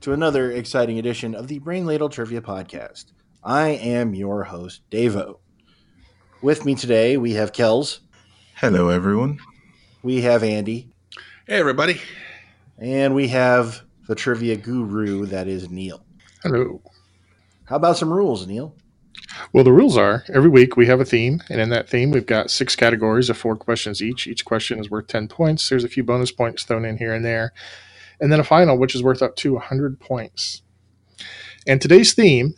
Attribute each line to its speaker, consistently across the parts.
Speaker 1: to another exciting edition of the Brain Ladle Trivia Podcast. I am your host, Davo. With me today, we have Kells,
Speaker 2: Hello, everyone.
Speaker 1: we have Andy,
Speaker 3: Hey, everybody.
Speaker 1: and we have the trivia guru that is Neil.
Speaker 4: Hello.
Speaker 1: How about some rules, Neil?
Speaker 4: Well, the rules are every week we have a theme, and in that theme, we've got six categories of four questions each. Each question is worth 10 points. There's a few bonus points thrown in here and there, and then a final, which is worth up to 100 points. And today's theme,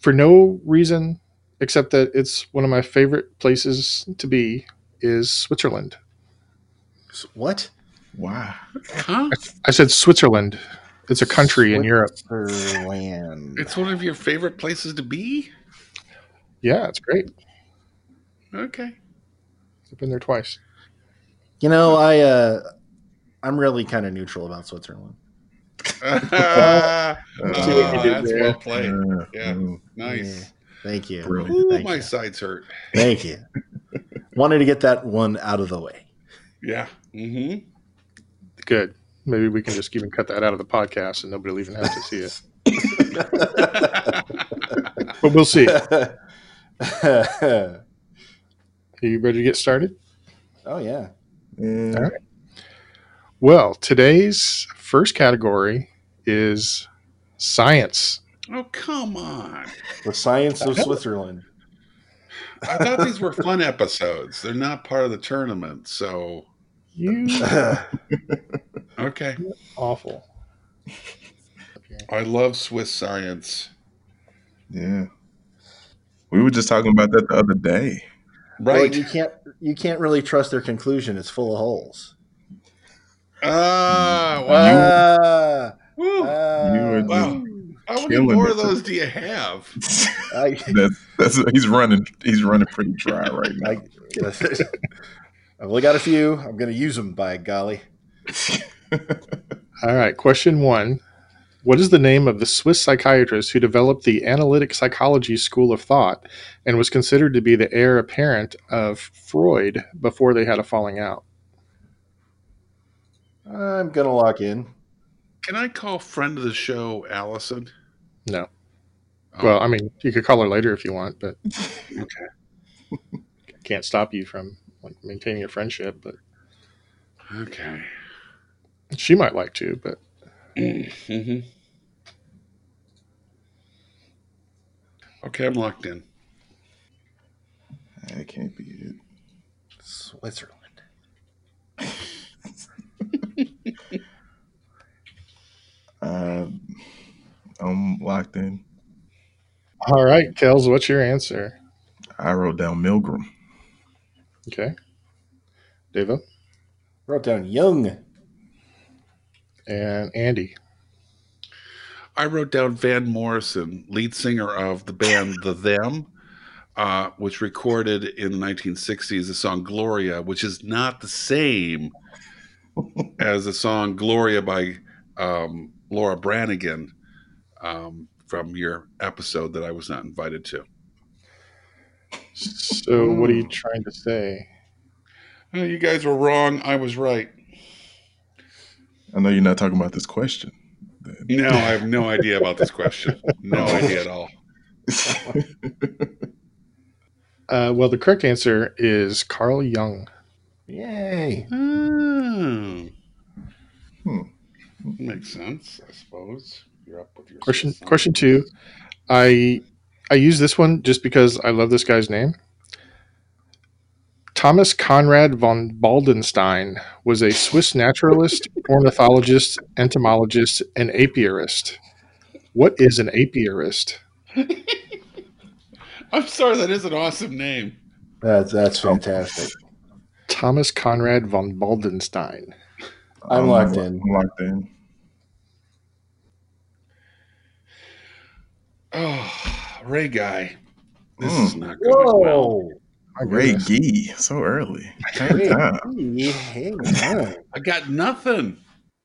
Speaker 4: for no reason except that it's one of my favorite places to be, is Switzerland.
Speaker 1: S- What?
Speaker 2: Wow.
Speaker 3: Huh?
Speaker 4: I said Switzerland. It's a country in Europe.
Speaker 1: Switzerland.
Speaker 3: It's one of your favorite places to be?
Speaker 4: Yeah, it's great.
Speaker 3: Okay.
Speaker 4: I've been there twice.
Speaker 1: You know, I uh, I'm really kind of neutral about Switzerland.
Speaker 3: Ah,
Speaker 4: see what you did
Speaker 3: that's
Speaker 4: there.
Speaker 3: well played.
Speaker 2: Uh, oh,
Speaker 3: Yeah.
Speaker 1: Mm-hmm. Yeah.
Speaker 3: Nice.
Speaker 1: Thank you.
Speaker 2: Brilliant.
Speaker 3: Ooh,
Speaker 1: Thank
Speaker 3: my
Speaker 1: you.
Speaker 3: sides hurt.
Speaker 1: Thank you. Wanted to get that one out of the way.
Speaker 3: Yeah. Mm-hmm.
Speaker 4: Good. Maybe we can just even cut that out of the podcast and nobody will even have to see it. But we'll see. Are
Speaker 1: oh
Speaker 4: you ready to get started?
Speaker 1: yeah.
Speaker 2: yeah.
Speaker 4: Alright. Well, today's first category is science.
Speaker 3: oh, come on.
Speaker 1: The science of Switzerland.
Speaker 3: I thought these were fun episodes. They're not part of the tournament. So,
Speaker 4: You
Speaker 3: okay.
Speaker 4: awful.
Speaker 3: I love Swiss science.
Speaker 2: yeah. We were just talking about that the other day.
Speaker 1: Well,
Speaker 3: Right.
Speaker 1: you can't you can't really trust their conclusion. It's full of holes.
Speaker 3: Ah,
Speaker 1: Mm.
Speaker 3: wow.
Speaker 1: Ah,
Speaker 3: Woo.
Speaker 1: ah,
Speaker 2: you
Speaker 3: wow. How many
Speaker 2: Killing
Speaker 3: more
Speaker 2: it.
Speaker 3: of those do you have?
Speaker 1: I-
Speaker 2: that's that's he's running he's running pretty dry right now.
Speaker 1: I- I've only got a few. I'm going to use them. By golly.
Speaker 4: All right. Question one What is the name of the Swiss psychiatrist who developed the analytic psychology school of thought and was considered to be the heir apparent of Freud before they had a falling out?
Speaker 1: I'm going to lock in.
Speaker 3: Can I call friend of the show Allison?
Speaker 4: No.
Speaker 3: Oh,
Speaker 4: Well, I mean, you could call her later if you want, but
Speaker 3: okay.
Speaker 4: can't stop you from like maintaining a friendship. But
Speaker 3: Okay.
Speaker 4: she might like to. But
Speaker 3: hmm Okay, I'm locked in.
Speaker 2: I can't beat it.
Speaker 1: Switzerland.
Speaker 2: Uh, I'm locked in.
Speaker 4: all right, Kels, what's your answer?
Speaker 2: I wrote down Milgram.
Speaker 4: Okay, Deva
Speaker 1: Wrote down Young.
Speaker 4: and Andy.
Speaker 3: I wrote down Van Morrison, lead singer of the band The Them, uh, which recorded in the 1960s the song Gloria, which is not the same as the song Gloria by um, Laura Branigan um, from your episode that I was not invited to.
Speaker 4: So, what are you trying to say?
Speaker 3: Oh, you guys were wrong. I was right.
Speaker 2: I know you're not talking about this question.
Speaker 3: No, I have no idea about this question. No idea at all.
Speaker 4: Uh, well, the correct answer is Carl Jung.
Speaker 1: Yay.
Speaker 3: Hmm.
Speaker 2: Hmm.
Speaker 3: Makes sense, I suppose. You're up with your
Speaker 4: Question
Speaker 3: Swiss
Speaker 4: question
Speaker 3: science.
Speaker 4: two. I I use this one just because I love this guy's name. Thomas Conrad von Baldenstein was a Swiss naturalist, ornithologist, entomologist, and apiarist. What is an apiarist?
Speaker 3: I'm sorry, that is an awesome name.
Speaker 1: That's that's fantastic.
Speaker 4: Thomas Conrad von Baldenstein.
Speaker 1: I'm locked in.
Speaker 2: I'm locked in.
Speaker 3: Oh, Ray guy. This
Speaker 2: Hmm.
Speaker 3: is not going well.
Speaker 4: My
Speaker 2: Ray
Speaker 4: goodness.
Speaker 2: Gee, so early.
Speaker 1: Hey,
Speaker 2: Hang on.
Speaker 1: hey, hang on.
Speaker 3: I got nothing.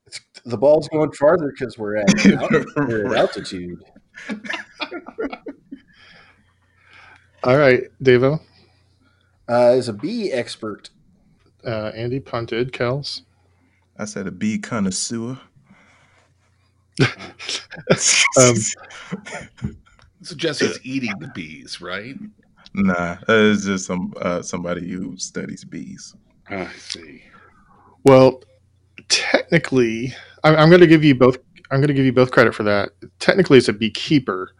Speaker 1: It's- The ball's going farther because we're at, out- we're at altitude.
Speaker 4: All right, Devo.
Speaker 1: Uh, is a bee expert.
Speaker 4: Uh, Andy punted. Kels.
Speaker 2: I said a bee connoisseur.
Speaker 4: Um,
Speaker 3: So Jesse's eating the bees, right?
Speaker 2: nah, uh, it's just some uh, somebody who studies bees.
Speaker 4: Ah,
Speaker 3: I see.
Speaker 4: Well, technically, I, I'm going to give you both. I'm going to give you both credit for that. Technically, it's a beekeeper,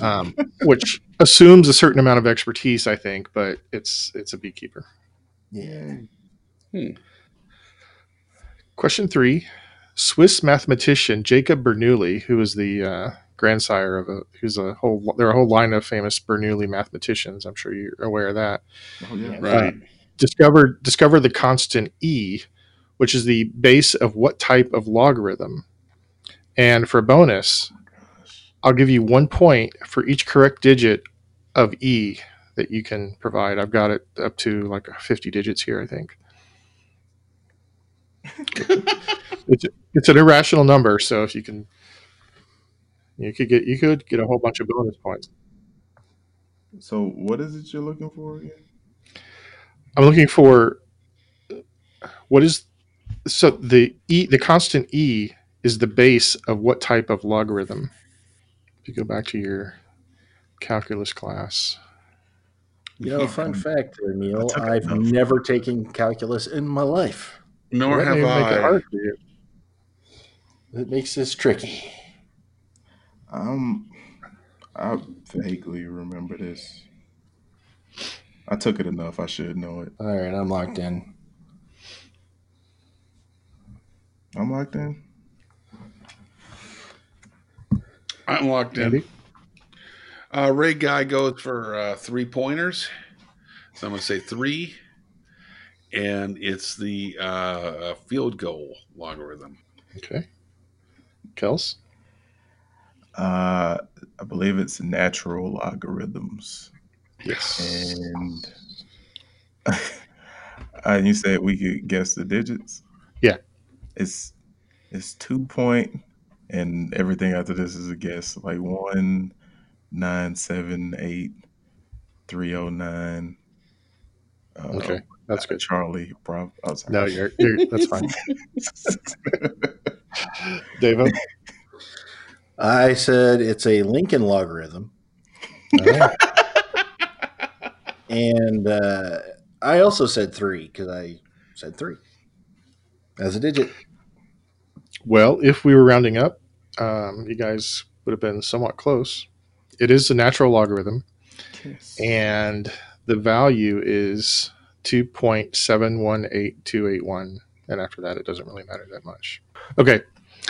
Speaker 4: um, which assumes a certain amount of expertise, I think, but it's it's a beekeeper.
Speaker 1: Yeah.
Speaker 4: Question three: Swiss mathematician Jacob Bernoulli, who is the uh, grandsire of a who's a whole there are a whole line of famous Bernoulli mathematicians. I'm sure you're aware of that.
Speaker 2: Oh, yeah.
Speaker 3: Right.
Speaker 4: discovered discovered the constant e, which is the base of what type of logarithm. And for a bonus, I'll give you one point for each correct digit of e that you can provide. I've got it up to like 50 digits here, I think. it's, it's an irrational number, so if you can, you could get you could get a whole bunch of bonus points.
Speaker 2: So, what is it you're looking for again?
Speaker 4: I'm looking for what is so the e the constant e is the base of what type of logarithm? If you go back to your calculus class,
Speaker 1: You know, fun fact there, Neil.
Speaker 2: took a
Speaker 1: I've
Speaker 2: note.
Speaker 1: never taken calculus in my life.
Speaker 3: Nor
Speaker 4: Let me
Speaker 3: have
Speaker 4: make it
Speaker 3: I.
Speaker 4: hard for you.
Speaker 1: It makes this tricky.
Speaker 2: Um, I vaguely remember this. I took it enough. I should know it.
Speaker 1: All right, I'm locked in.
Speaker 2: I'm locked in.
Speaker 3: I'm locked in.
Speaker 4: Andy?
Speaker 3: Uh, Ray guy goes for uh, three pointers. So I'm going to say three, and it's the uh, field goal logarithm.
Speaker 4: Okay, Kels.
Speaker 2: Uh, I believe it's natural logarithms,
Speaker 4: Yes.
Speaker 2: and uh, you said we could guess the digits.
Speaker 4: Yeah.
Speaker 2: it's it's two point, and everything after this is a guess. Like one, nine, seven, eight, three, oh nine. Uh,
Speaker 4: Okay,
Speaker 3: oh.
Speaker 4: that's good.
Speaker 2: Charlie, Bravo. Oh, sorry.
Speaker 4: No, you're, you're that's fine. Dave.
Speaker 1: I said it's a Lincoln logarithm, and uh, I also said three because I said three as a digit.
Speaker 4: Well, if we were rounding up, um, you guys would have been somewhat close. It is a natural logarithm. and the value is 2.718281 and after that it doesn't really matter that much okay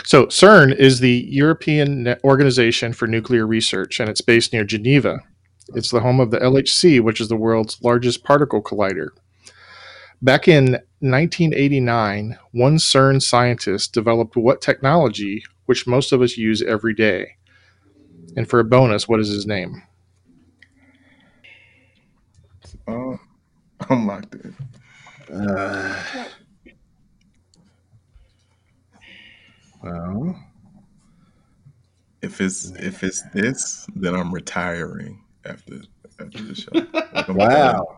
Speaker 4: so cern is the european Ne- organization for nuclear research and it's based near geneva it's the home of the lhc which is the world's largest particle collider back in 1989 one cern scientist developed what technology which most of us use every day and for a bonus what is his name
Speaker 2: Uh, I'm locked in.
Speaker 1: Uh, well,
Speaker 2: If it's if it's this, then I'm retiring after after the show. Like, I'm done.
Speaker 1: wow.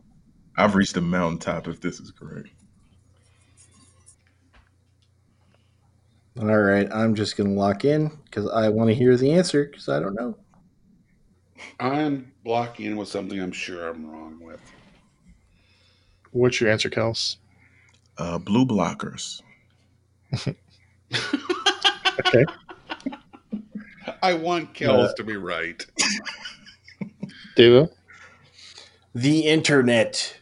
Speaker 2: I've reached the mountaintop. If this is correct,
Speaker 1: All right, I'm just gonna lock in because I want to hear the answer because I don't know.
Speaker 3: I'm locking in with something I'm sure I'm wrong with.
Speaker 4: What's your answer, Kels?
Speaker 2: uh, blue blockers.
Speaker 3: I want Kells to be right.
Speaker 4: Deva?
Speaker 1: The internet.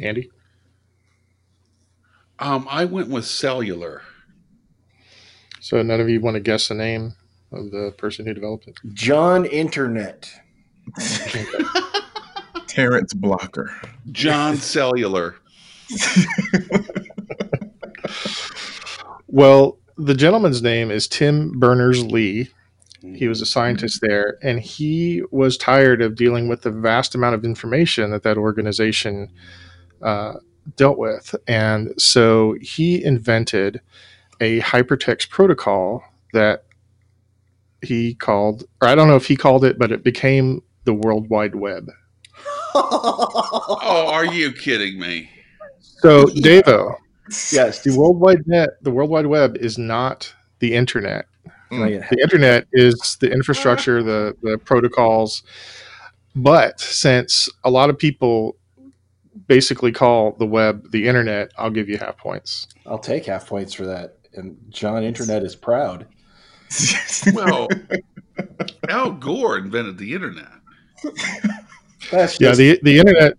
Speaker 4: Andy?
Speaker 3: Um, I went with cellular.
Speaker 4: So none of you want to guess the name of the person who developed it?
Speaker 1: John Internet.
Speaker 2: Terrence Blocker.
Speaker 3: John Cellular.
Speaker 4: Well, the gentleman's name is Tim Berners Lee. He was a scientist there, and he was tired of dealing with the vast amount of information that that organization uh, dealt with. And so he invented a hypertext protocol that he called, or I don't know if he called it, but it became the World Wide Web.
Speaker 3: Oh, are you kidding me?
Speaker 4: So, Davo,
Speaker 1: Yes.
Speaker 4: The World Wide Net, the World Wide Web is not the internet.
Speaker 1: Not yet.
Speaker 4: The internet is the infrastructure, the the protocols. But since a lot of people basically call the web the internet, I'll give you half points.
Speaker 1: I'll take half points for that. And John Internet is proud.
Speaker 3: Well, Al Gore invented the internet.
Speaker 1: That's
Speaker 4: Yeah,
Speaker 1: just-
Speaker 4: the the internet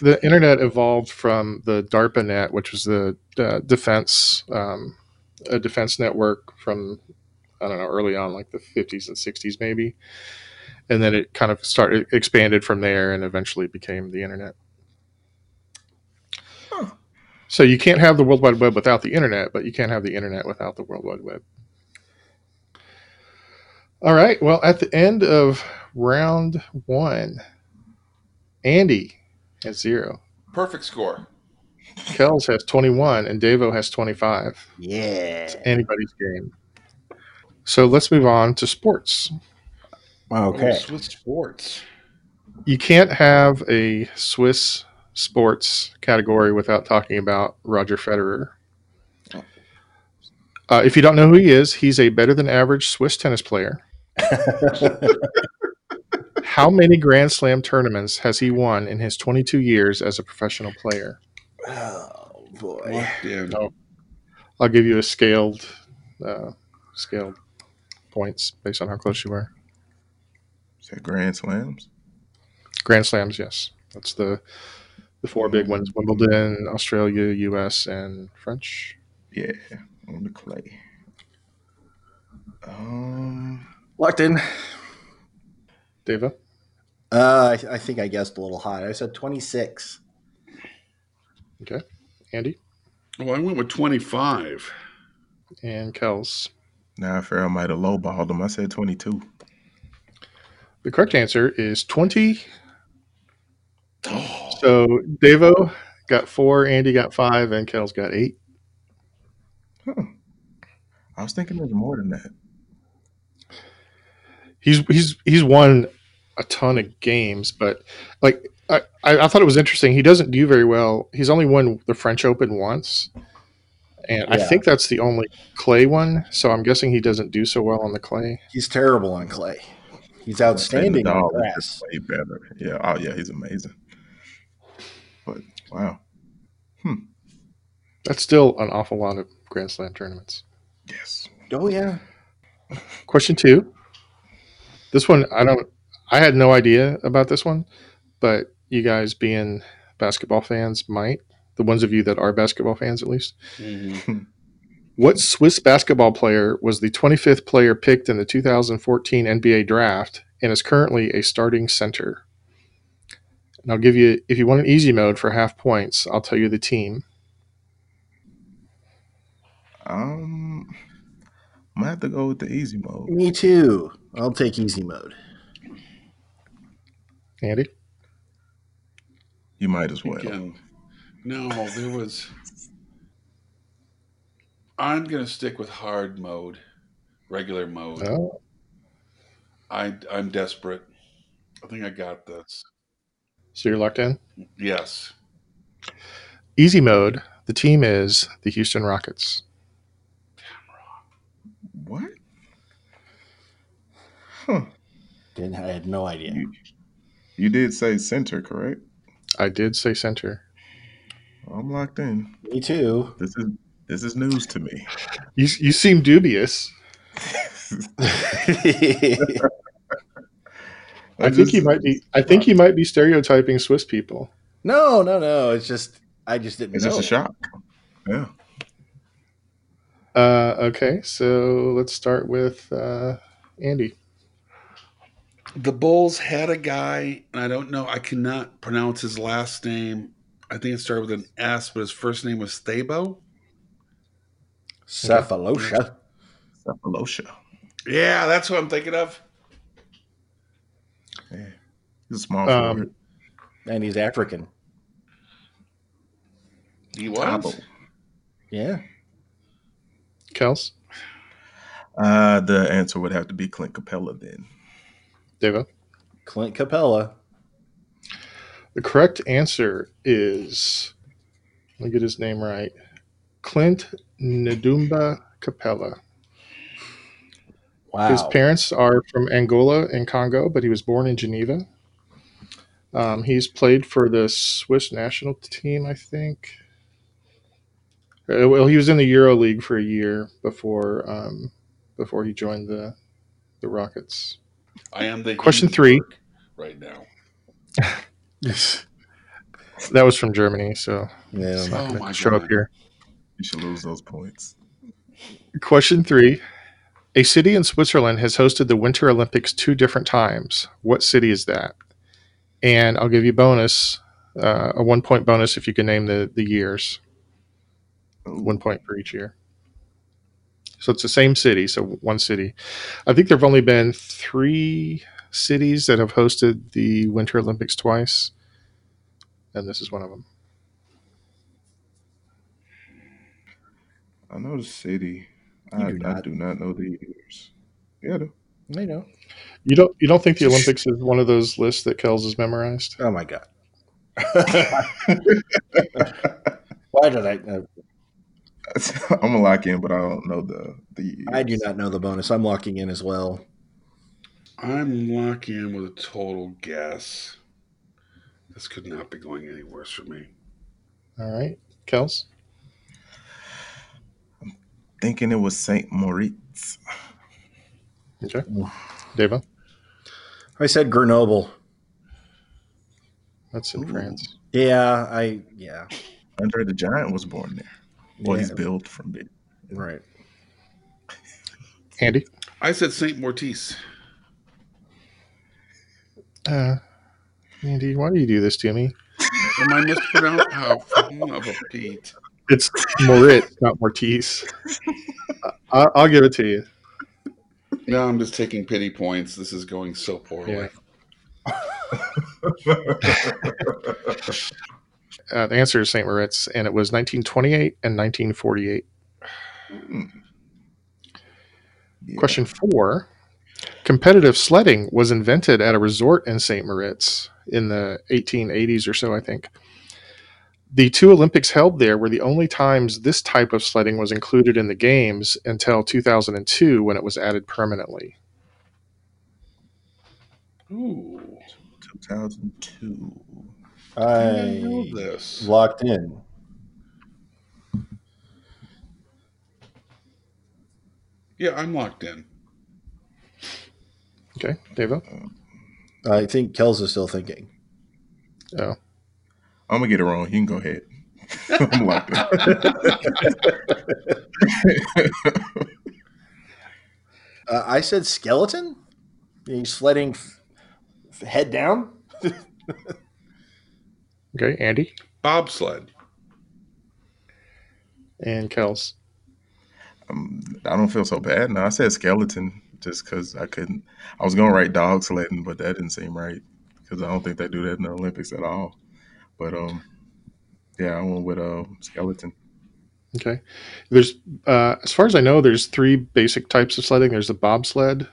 Speaker 4: the internet evolved from the DARPA net, which was the uh, defense um, a defense network from I don't know early on, like the fifties and sixties maybe, and then it kind of started expanded from there and eventually became the internet.
Speaker 2: Huh.
Speaker 4: So you can't have the World Wide Web without the internet, but you can't have the internet without the World Wide Web. All right. Well, at the end of round one, Andy has zero.
Speaker 3: Perfect score.
Speaker 4: Kells has 21 and Davo has 25.
Speaker 1: yeah.
Speaker 4: It's anybody's game. So let's move on to sports.
Speaker 3: Oh,
Speaker 1: Okay.
Speaker 3: Swiss sports.
Speaker 4: You can't have a Swiss sports category without talking about Roger Federer. Uh, if you don't know who he is, he's a better than average Swiss tennis player. How many Grand Slam tournaments has he won in his 22 years as a professional player?
Speaker 1: oh boy.
Speaker 3: Locked in.
Speaker 4: I'll give you a scaled, uh, scaled points based on how close you were.
Speaker 2: Is that Grand Slams?
Speaker 4: Grand Slams, yes. That's the the four big ones: Wimbledon, Australia, U.S., and French.
Speaker 2: Yeah, on the clay. Um,
Speaker 1: Locked in.
Speaker 4: Deva,
Speaker 1: Uh, I, I think I guessed a little high. I said 26.
Speaker 4: Andy,
Speaker 3: Well, I went with 25.
Speaker 4: and Kels.
Speaker 2: now I fear I might have lowballed him. I said 22.
Speaker 4: The correct answer is twenty.
Speaker 3: Oh,
Speaker 4: So Devo got four, Andy got five, and Kels got eight.
Speaker 2: Huh. I was thinking it was more than that.
Speaker 4: he's he's he's won a ton of games, but like I, I I thought it was interesting. He doesn't do very well. He's only won the French Open once, and I
Speaker 1: Yeah.
Speaker 4: think that's the only clay one. So I'm guessing he doesn't do so well on the clay.
Speaker 1: He's terrible on clay. He's outstanding on
Speaker 2: Nadal is
Speaker 1: grass.
Speaker 2: just way better. Yeah. Oh yeah, he's amazing. But wow,
Speaker 4: That's still an awful lot of Grand Slam tournaments.
Speaker 2: yes.
Speaker 1: Oh yeah.
Speaker 4: Question two. This one I don't. I had no idea about this one, but you guys being basketball fans might. The ones of you that are basketball fans, at least.
Speaker 3: mhm.
Speaker 4: What Swiss basketball player was the 25th player picked in the 2014 NBA draft and is currently a starting center? And I'll give you, if you want an easy mode for half points, I'll tell you the team.
Speaker 2: Um, might have to go with the easy mode.
Speaker 1: Me too. I'll take easy mode.
Speaker 4: Andy?
Speaker 2: You might as well.
Speaker 3: Again. No, there was. I'm going to stick with hard mode, regular mode.
Speaker 4: No.
Speaker 3: I, I'm desperate. I think I got this.
Speaker 4: So you're locked in?
Speaker 3: Yes.
Speaker 4: Easy mode. The team is the Houston Rockets.
Speaker 2: What? Huh.
Speaker 1: Didn't I had no idea.
Speaker 2: You, you did say center, correct?
Speaker 4: I did say center.
Speaker 2: I'm locked in.
Speaker 1: Me too.
Speaker 2: This is this is news to me.
Speaker 4: You, you seem dubious. I, think
Speaker 2: just-
Speaker 4: you might be. I think you might be stereotyping Swiss people.
Speaker 1: no, no, no. It's just I just didn't
Speaker 2: It's
Speaker 1: know.
Speaker 2: just a shock. Yeah.
Speaker 4: Uh, okay, so let's start with uh, Andy.
Speaker 3: The Bulls had a guy, and I don't know, I cannot pronounce his last name. I think it started with an S, but his first name was Thabo.
Speaker 1: Cephalosha.
Speaker 2: Cephalosha.
Speaker 3: Yeah, that's what I'm thinking of.
Speaker 2: Yeah. He's a small
Speaker 4: Um,
Speaker 2: forward.
Speaker 1: And he's African.
Speaker 3: He
Speaker 2: Tabo.
Speaker 3: was.
Speaker 1: Yeah.
Speaker 4: Kels,
Speaker 2: Uh, the answer would have to be Clint Capella then.
Speaker 4: Deva.
Speaker 1: Clint Capella.
Speaker 4: The correct answer is, let me get his name right, Clint Ndumba Capella.
Speaker 1: Wow.
Speaker 4: His parents are from Angola and Congo, but he was born in Geneva. Um, he's played for the Swiss national team, I think. Uh, Well, he was in the Euro League for a year before um, before he joined the the Rockets.
Speaker 3: I am the
Speaker 4: Question
Speaker 3: Hindenburg right now.
Speaker 4: Yes, that was from Germany, so
Speaker 1: Yeah.
Speaker 4: it's not
Speaker 3: Oh
Speaker 4: going
Speaker 3: my
Speaker 4: to show up
Speaker 3: God.
Speaker 4: here.
Speaker 2: You should lose those points.
Speaker 4: Question three. A city in Switzerland has hosted the Winter Olympics two different times. What city is that? And I'll give you bonus, uh, a one point bonus if you can name the, the years, one point for each year. So it's the same city, so one city. I think there have only been three cities that have hosted the Winter Olympics twice, and this is one of them.
Speaker 2: I know the city.
Speaker 1: You
Speaker 2: I
Speaker 1: do
Speaker 2: I
Speaker 1: not.
Speaker 2: do not know the years. Yeah, I do.
Speaker 1: I know.
Speaker 4: You don't you don't think the Olympics is one of those lists that Kells has memorized?
Speaker 1: Oh my god. Why did I? Uh,
Speaker 2: I'm gonna lock in, but I don't know the the.
Speaker 1: I do not know the bonus. I'm locking in as well.
Speaker 3: I'm locking in with a total guess. This could not be going any worse for me.
Speaker 4: All right, Kells.
Speaker 2: Thinking it was Saint Moritz.
Speaker 4: Okay. Deva.
Speaker 1: I said Grenoble.
Speaker 4: That's in
Speaker 2: Ooh.
Speaker 4: France.
Speaker 1: Yeah, I yeah.
Speaker 2: Andre the Giant was born there. Well, he's
Speaker 1: Yeah,
Speaker 2: built from it.
Speaker 1: right.
Speaker 4: Andy?
Speaker 3: I said Saint Mortice.
Speaker 4: Uh, Andy, why do you do this to me?
Speaker 3: Am I mispronounced? How fun of a Pete.
Speaker 4: It's Moritz, not Mortiz. I, I'll give it to you.
Speaker 3: No, I'm just taking pity points. This is going so poorly.
Speaker 4: Yeah. Uh, the answer is St. Moritz, and it was 1928 and 1948.
Speaker 2: Hmm. Yeah.
Speaker 4: Question four Competitive sledding was invented at a resort in St. Moritz in the 1880s or so, I think. The two Olympics held there were the only times this type of sledding was included in the games until 2002 when it was added permanently.
Speaker 3: Ooh.
Speaker 2: 2002.
Speaker 3: I
Speaker 1: I
Speaker 3: didn't know this.
Speaker 1: locked in.
Speaker 3: Yeah, I'm locked in.
Speaker 4: Okay, Deva?
Speaker 1: I think Kells is still thinking.
Speaker 2: I'm gonna get it wrong. You can go ahead. I'm locked in.
Speaker 1: Uh, I said skeleton. You sledding f- f- head down.
Speaker 4: Okay, Andy
Speaker 3: Bobsled.
Speaker 4: and Kels.
Speaker 2: um, I don't feel so bad now. I said skeleton just because I couldn't. I was gonna write dog sledding, but that didn't seem right because I don't think they do that in the Olympics at all. But um, yeah, I went with uh, skeleton.
Speaker 4: Okay, there's uh, as far as I know, there's three basic types of sledding. There's the bobsled,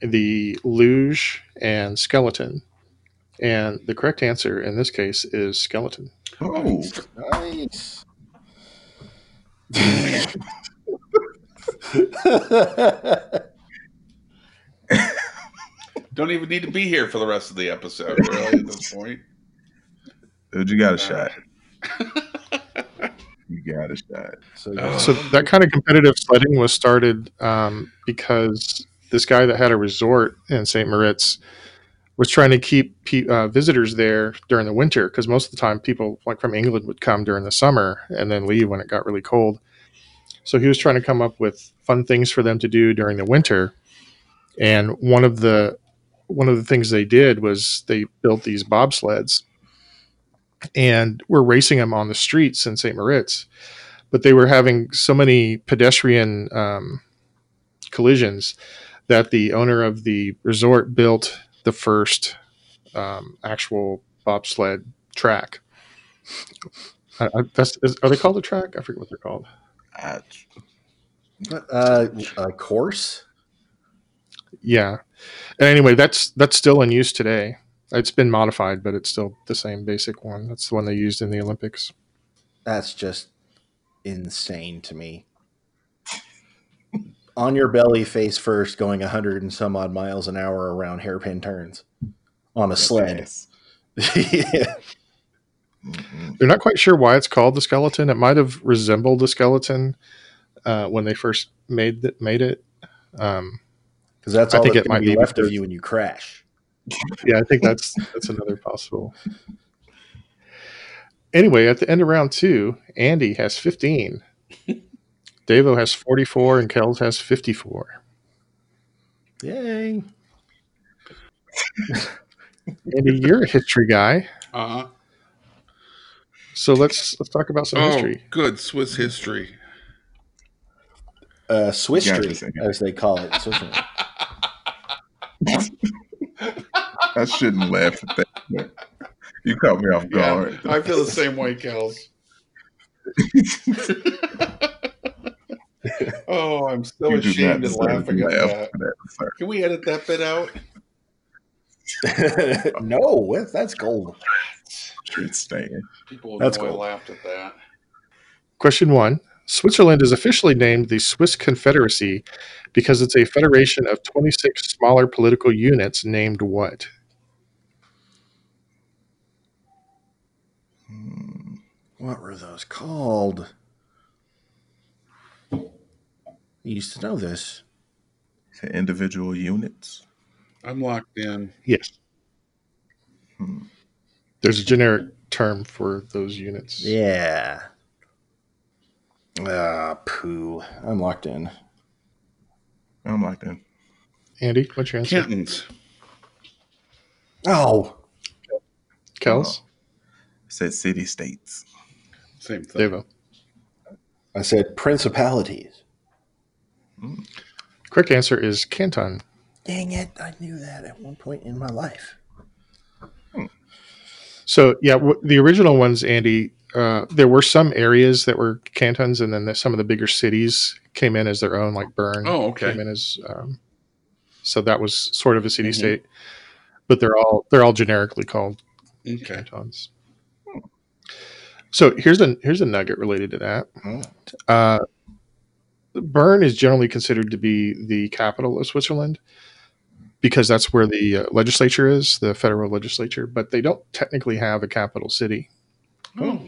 Speaker 4: the luge, and skeleton. And the correct answer in this case is skeleton.
Speaker 2: Oh,
Speaker 1: Nice.
Speaker 3: Don't even need to be here for the rest of the episode, really, at this point.
Speaker 2: dude, you got a shot. You got a shot.
Speaker 1: so
Speaker 4: So that kind of competitive sledding was started um, because this guy that had a resort in St. Moritz was trying to keep pe- uh, visitors there during the winter because most of the time people like from England would come during the summer and then leave when it got really cold. So he was trying to come up with fun things for them to do during the winter. And one of the one of the things they did was they built these bobsleds and were racing them on the streets in St. Moritz but they were having so many pedestrian um, collisions that the owner of the resort built the first um, actual bobsled track. I, I, that's, is, are they called a track? I forget what they're called.
Speaker 2: I,
Speaker 1: uh, a course.
Speaker 4: Yeah. And anyway, that's that's still in use today. It's been modified, but it's still the same basic one. That's the one they used in the Olympics.
Speaker 1: That's just insane to me. On your belly, face first, going 100 and some odd miles an hour around hairpin turns on a sled.
Speaker 2: Yes.
Speaker 1: yeah.
Speaker 2: Mhm.
Speaker 4: They're not quite sure why it's called the skeleton. It might have resembled the skeleton uh, when they first made th- made it. Um,
Speaker 1: Because that's
Speaker 4: I
Speaker 1: all
Speaker 4: think
Speaker 1: that's
Speaker 4: it
Speaker 1: gonna
Speaker 4: might
Speaker 1: be
Speaker 4: be
Speaker 1: left of
Speaker 4: because-
Speaker 1: you when you crash.
Speaker 4: yeah, I think that's that's another possible. Anyway, at the end of round two, Andy has fifteen, Davo has forty four, and Kells has fifty four.
Speaker 1: Yay.
Speaker 4: Andy, you're a history guy,
Speaker 3: Uh-huh.
Speaker 4: so let's let's talk about some
Speaker 3: Oh,
Speaker 4: history.
Speaker 3: good Swiss history.
Speaker 1: Uh, Swiss
Speaker 2: You got
Speaker 1: Street,
Speaker 2: this, Andy.
Speaker 1: as they call it. in Switzerland.
Speaker 2: I shouldn't laugh at that. but You caught me off guard.
Speaker 3: I feel the same way, Kels. oh, I'm so
Speaker 2: You do not
Speaker 3: ashamed and
Speaker 2: deserve to
Speaker 3: laughing at
Speaker 2: laugh
Speaker 3: that.
Speaker 2: at that, sir.
Speaker 3: Can we edit that bit out?
Speaker 1: no, that- that's gold.
Speaker 2: Street stand.
Speaker 3: People will
Speaker 1: That's
Speaker 3: know
Speaker 1: cool.
Speaker 3: I laughed at that.
Speaker 4: Question one. Switzerland is officially named the Swiss Confederacy because it's a federation of 26 smaller political units named what?
Speaker 2: Hmm.
Speaker 1: What were those called? You used to know this.
Speaker 2: To individual units.
Speaker 3: I'm locked in.
Speaker 4: Yes.
Speaker 2: Hmm.
Speaker 4: There's a generic term for those units.
Speaker 1: Yeah. Ah, poo. I'm locked in.
Speaker 2: I'm like that.
Speaker 4: Andy, what's your answer?
Speaker 3: Cantons.
Speaker 1: Oh,
Speaker 4: Kels?
Speaker 2: Said city states.
Speaker 3: Same thing.
Speaker 4: Devo.
Speaker 1: I said principalities.
Speaker 4: Correct answer is Canton.
Speaker 1: Dang it. I knew that at one point in my life.
Speaker 4: So, yeah, w- the original ones, Andy, uh, there were some areas that were cantons, and then the, some of the bigger cities came in as their own, like Bern.
Speaker 3: Oh,
Speaker 4: came
Speaker 3: okay.
Speaker 4: in as um, so that was sort of a city
Speaker 3: Mm-hmm.
Speaker 1: Mhm.
Speaker 4: state but they're all they're all generically called
Speaker 3: Okay.
Speaker 4: cantons so here's a here's a nugget related to that
Speaker 1: Oh.
Speaker 4: uh, bern is generally considered to be the capital of switzerland because that's where the uh, legislature is the federal legislature but they don't technically have a capital city
Speaker 3: Oh,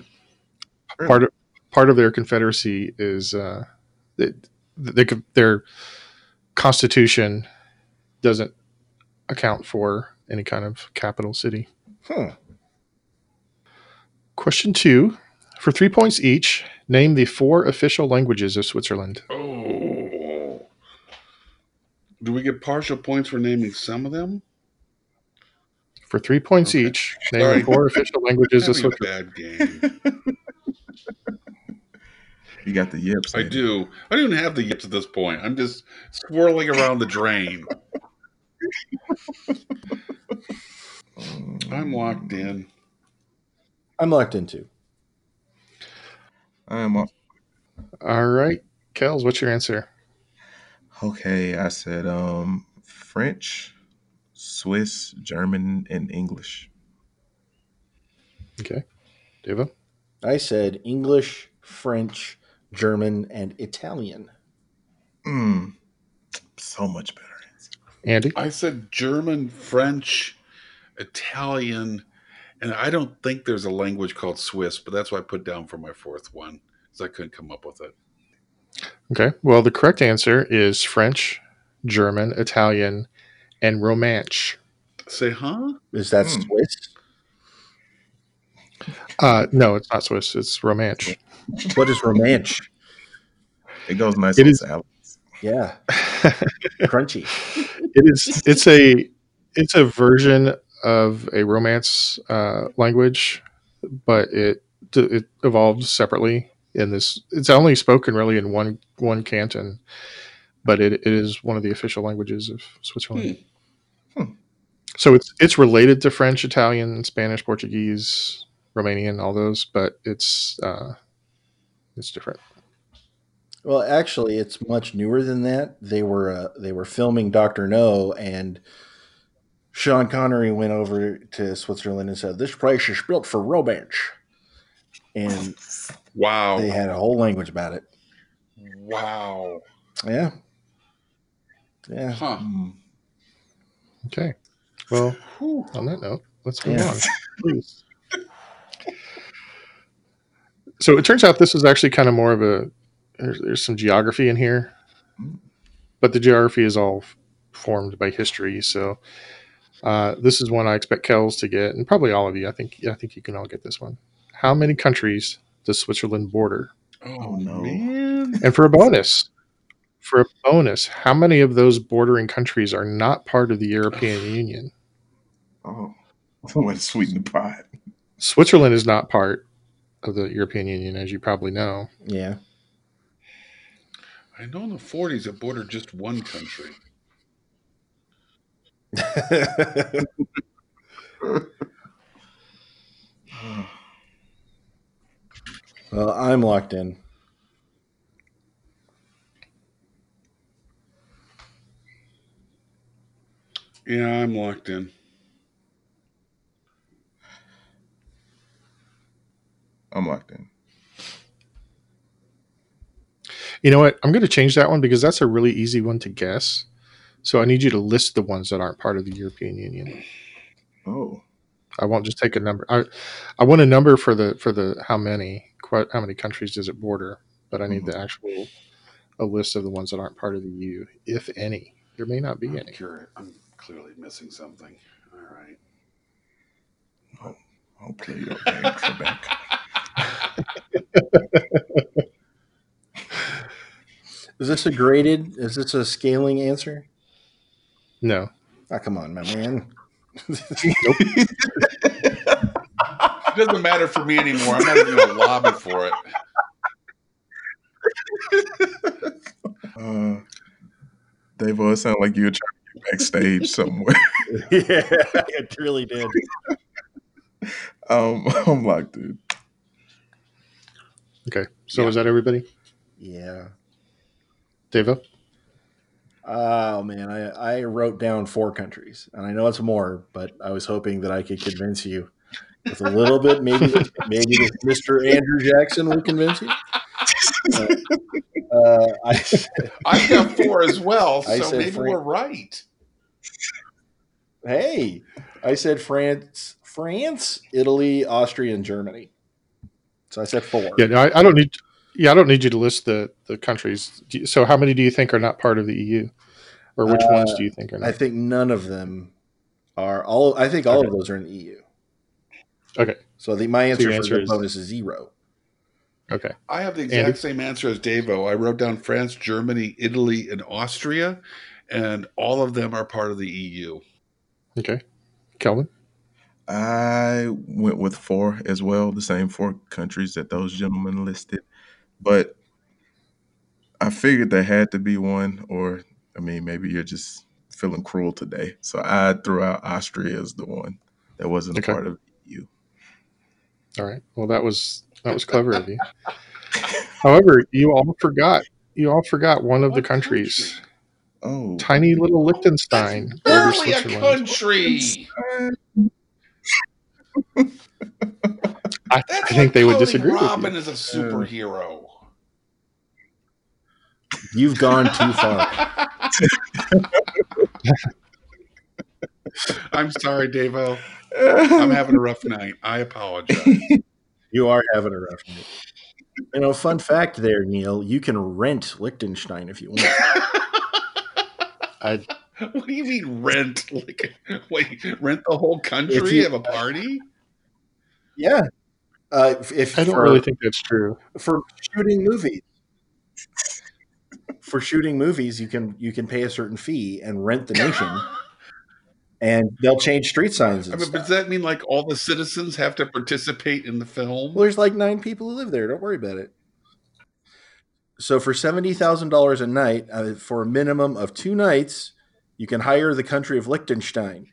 Speaker 2: Really?
Speaker 4: part of part of their confederacy is uh, they, they, could- their constitution doesn't account for any kind of capital city.
Speaker 1: Huh.
Speaker 4: Question two: For three points each, name the four official languages of Switzerland.
Speaker 3: oh. Do we get partial points for naming some of them?
Speaker 4: For three points
Speaker 3: Okay.
Speaker 4: each, name
Speaker 3: Sorry.
Speaker 4: the four official languages of
Speaker 3: Having a
Speaker 4: Switzerland.
Speaker 3: bad game.
Speaker 2: You got the yips.
Speaker 3: I
Speaker 2: in it.
Speaker 3: do. I don't even have the yips at this point. I'm just swirling around the drain.
Speaker 2: Hmm.
Speaker 3: I'm locked in.
Speaker 1: I'm locked in too.
Speaker 2: I am off.
Speaker 4: All right, Kels, what's your answer?
Speaker 2: Okay, I said um French, Swiss, German, and English.
Speaker 4: Okay, Deva.
Speaker 1: I said English, French, German, and Italian.
Speaker 2: Mm, so much better.
Speaker 4: Andy.
Speaker 3: I said German, French, Italian, and I don't think there's a language called Swiss, but that's what I put down for my fourth one because I couldn't come up with it.
Speaker 4: Okay. Well, the correct answer is French, German, Italian, and Romance.
Speaker 3: Say, huh?
Speaker 1: Is that
Speaker 2: Hmm.
Speaker 1: Swiss?
Speaker 4: Uh, no, it's not Swiss. It's Romance.
Speaker 1: What is Romance?
Speaker 2: It goes nice
Speaker 4: It
Speaker 2: with
Speaker 4: is-
Speaker 2: salad.
Speaker 1: Yeah,
Speaker 4: it
Speaker 1: crunchy.
Speaker 4: is. It's a. It's a version of a Romance uh, language, but it it evolved separately in this. It's only spoken really in one one canton, but it, it is one of the official languages of Switzerland.
Speaker 2: Hmm. Hmm.
Speaker 4: So it's it's related to French, Italian, Spanish, Portuguese, Romanian, all those, but it's uh, it's different.
Speaker 1: Well, actually, it's much newer than that. They were uh, they were filming Doctor No, and Sean Connery went over to Switzerland and said, "This place is built for romance," and
Speaker 3: Oh, Wow.
Speaker 1: they had a whole language about it.
Speaker 3: Wow.
Speaker 1: Yeah, yeah.
Speaker 3: Huh.
Speaker 2: Hmm.
Speaker 4: Okay. Well,
Speaker 3: Whew.
Speaker 4: on that note, let's move
Speaker 1: Yeah.
Speaker 4: on. Please. So it turns out this is actually kind of more of a there's, there's some geography in here, but the geography is all f- formed by history. So uh, this is one I expect Kells to get, and probably all of you. I think I think you can all get this one. How many countries does Switzerland border?
Speaker 3: Oh,
Speaker 2: no.
Speaker 3: man.
Speaker 4: And for a bonus, for a bonus, how many of those bordering countries are not part of the European Union?
Speaker 2: Oh, way to sweeten the pot.
Speaker 4: Switzerland is not part of the European Union, as you probably know.
Speaker 1: Yeah.
Speaker 3: I know in the 40s it bordered just one country.
Speaker 1: well, I'm locked in.
Speaker 3: Yeah, I'm locked in.
Speaker 2: I'm locked in.
Speaker 4: You know what? I'm going to change that one because that's a really easy one to guess. So I need you to list the ones that aren't part of the European Union.
Speaker 2: Oh,
Speaker 4: I won't just take a number. I, I want a number for the for the how many quite how many countries does it border, but I need the actual a list of the ones that aren't part of the EU, if any. There may not be
Speaker 3: I'm,
Speaker 4: any.
Speaker 3: curi- I'm clearly missing something. All right.
Speaker 2: I'll play your game, Trebek.
Speaker 1: Is this a graded? Is this a scaling answer?
Speaker 4: No.
Speaker 1: Ah, come on, my man.
Speaker 3: It doesn't matter for me anymore. I'm not even going to lobby for it.
Speaker 2: Uh, Dave, it sounded like you were trying to get backstage somewhere.
Speaker 1: yeah, it really did.
Speaker 2: Um, I'm locked in.
Speaker 4: Okay. So
Speaker 3: Yeah.
Speaker 4: is that everybody?
Speaker 1: Yeah.
Speaker 4: Deva?
Speaker 1: Oh man, I, I wrote down four countries, and I know it's more, but I was hoping that I could convince you with a little bit. Maybe maybe this Mr. Andrew Jackson will convince you. But, uh, I,
Speaker 3: I've got four as well,
Speaker 1: I
Speaker 3: so
Speaker 1: said
Speaker 3: maybe
Speaker 1: Fran-
Speaker 3: we're right.
Speaker 1: hey, I said France, France, Italy, Austria, and Germany. So I said four.
Speaker 4: Yeah, no, I, I don't need. Yeah, I don't need you to list the the countries. Do you- So, how many do you think are not part of the EU, or which
Speaker 1: Uh,
Speaker 4: ones do you think are
Speaker 1: I
Speaker 4: not?
Speaker 1: think none of them are all. I think all of those are in the EU.
Speaker 4: Okay.
Speaker 1: So the my
Speaker 4: So
Speaker 1: answer,
Speaker 4: your
Speaker 1: for
Speaker 4: answer
Speaker 1: the
Speaker 4: is-
Speaker 1: bonus is zero.
Speaker 4: okay,
Speaker 3: I have the exact
Speaker 4: Andy?
Speaker 3: same answer as Davo. I wrote down France, Germany, Italy, and Austria, and all of them are part of the E EU.
Speaker 4: okay, Kelvin.
Speaker 2: I went with four as well, the same four countries that those gentlemen listed. But I figured there had to be one, or I mean, maybe you're just feeling cruel today. So I threw out Austria as the one that wasn't
Speaker 4: Okay.
Speaker 2: a part of E you.
Speaker 4: All right. Well, that was that was clever of you. However, you all forgot. You all forgot one of the
Speaker 3: What
Speaker 4: countries.
Speaker 2: Oh,
Speaker 4: Tiny little Liechtenstein. borders
Speaker 3: Barely a
Speaker 4: Switzerland.
Speaker 3: country.
Speaker 4: I, I
Speaker 3: That's
Speaker 4: think they would
Speaker 3: Tony
Speaker 4: disagree with
Speaker 3: Robin
Speaker 4: you.
Speaker 3: is a superhero.
Speaker 1: You've gone too far.
Speaker 3: I'm sorry, Davo. I'm
Speaker 2: I'm
Speaker 3: having a rough night. I apologize.
Speaker 1: You are having a rough night. You know, fun fact there, Neil. You can rent Liechtenstein if you want.
Speaker 4: I,
Speaker 3: what do you mean rent? Like, wait, rent the whole country?
Speaker 1: If you-
Speaker 3: have a party?
Speaker 1: yeah. Uh, if- if
Speaker 4: I don't
Speaker 1: for,
Speaker 4: really think that's true.
Speaker 1: for shooting movies. For shooting movies, you can you can pay a certain fee and rent the nation, and they'll change street signs.
Speaker 3: I
Speaker 1: And
Speaker 3: mean, but
Speaker 1: stuff.
Speaker 3: does that mean like all the citizens have to participate in the film?
Speaker 1: Well, there's like nine people who live there. Don't worry about it. So for seventy thousand dollars a night, uh, for a minimum of two nights, you can hire the country of Liechtenstein.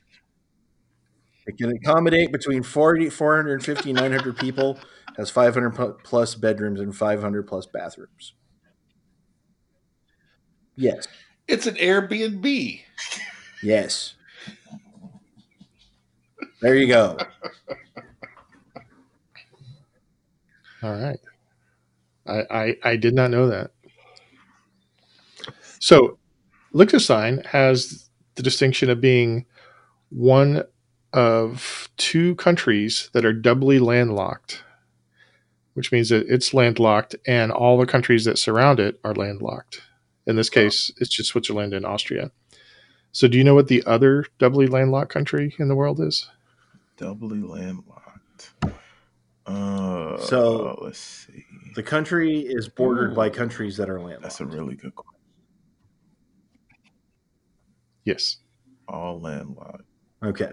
Speaker 1: It can accommodate between 40, 450, 900 people. Has five hundred plus bedrooms and five hundred plus bathrooms. Yes,
Speaker 3: It's an Airbnb.
Speaker 1: yes. There you go.
Speaker 4: All right. I, I, I did not know that. So, Liechtenstein has the distinction of being one of two countries that are doubly landlocked, which means that it's landlocked and all the countries that surround it are landlocked. In this case, it's just Switzerland and Austria. So, do you know what the other doubly landlocked country in the world is?
Speaker 2: Doubly landlocked. Uh,
Speaker 1: So-
Speaker 2: let's see.
Speaker 1: The country is bordered
Speaker 3: Ooh.
Speaker 1: by countries that are landlocked.
Speaker 2: That's a really good question.
Speaker 4: Yes.
Speaker 2: All landlocked.
Speaker 1: okay.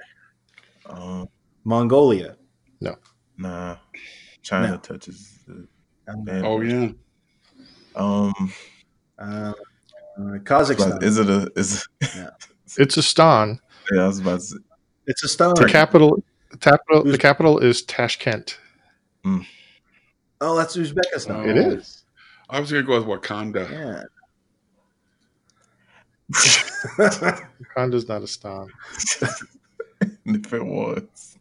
Speaker 2: Um,
Speaker 1: Mongolia.
Speaker 2: nah. China
Speaker 1: No.
Speaker 2: touches the
Speaker 1: Um,
Speaker 2: land.
Speaker 3: Oh yeah,
Speaker 2: Um,
Speaker 1: uh, uh,
Speaker 2: but
Speaker 1: Kazakhstan.
Speaker 2: is it a is?
Speaker 4: It's Astan.
Speaker 2: Yeah, I was about to say,
Speaker 1: it's a star.
Speaker 4: The capital, the capital, the capital is Tashkent.
Speaker 1: oh, that's Uzbekistan.
Speaker 4: It is.
Speaker 3: I was gonna go with Wakanda.
Speaker 1: Yeah.
Speaker 4: Wakanda's not Astan.
Speaker 2: if it was.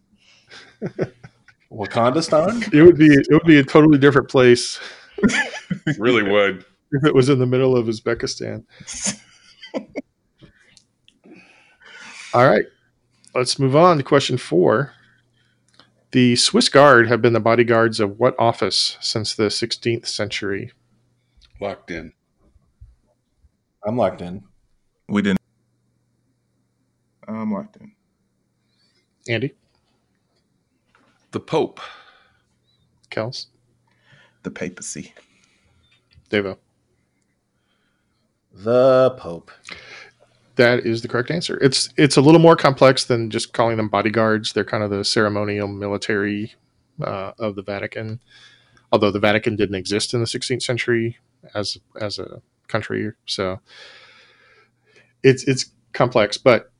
Speaker 1: Wakandistan?
Speaker 4: It would be it would be a totally different place
Speaker 3: Really would.
Speaker 4: if it was in the middle of Uzbekistan. All right. Let's move on to question four. The Swiss Guard have been the bodyguards of what office since the 16th century?
Speaker 3: Locked in.
Speaker 1: I'm locked in.
Speaker 2: We didn't. I'm locked in.
Speaker 4: Andy,
Speaker 3: The Pope.
Speaker 4: Kels,
Speaker 2: The papacy.
Speaker 4: Devo.
Speaker 1: The Pope.
Speaker 4: That is the correct answer. It's it's a little more complex than just calling them bodyguards. They're kind of the ceremonial military uh, of the Vatican, although the Vatican didn't exist in the 16th century as as a country. So it's it's complex, but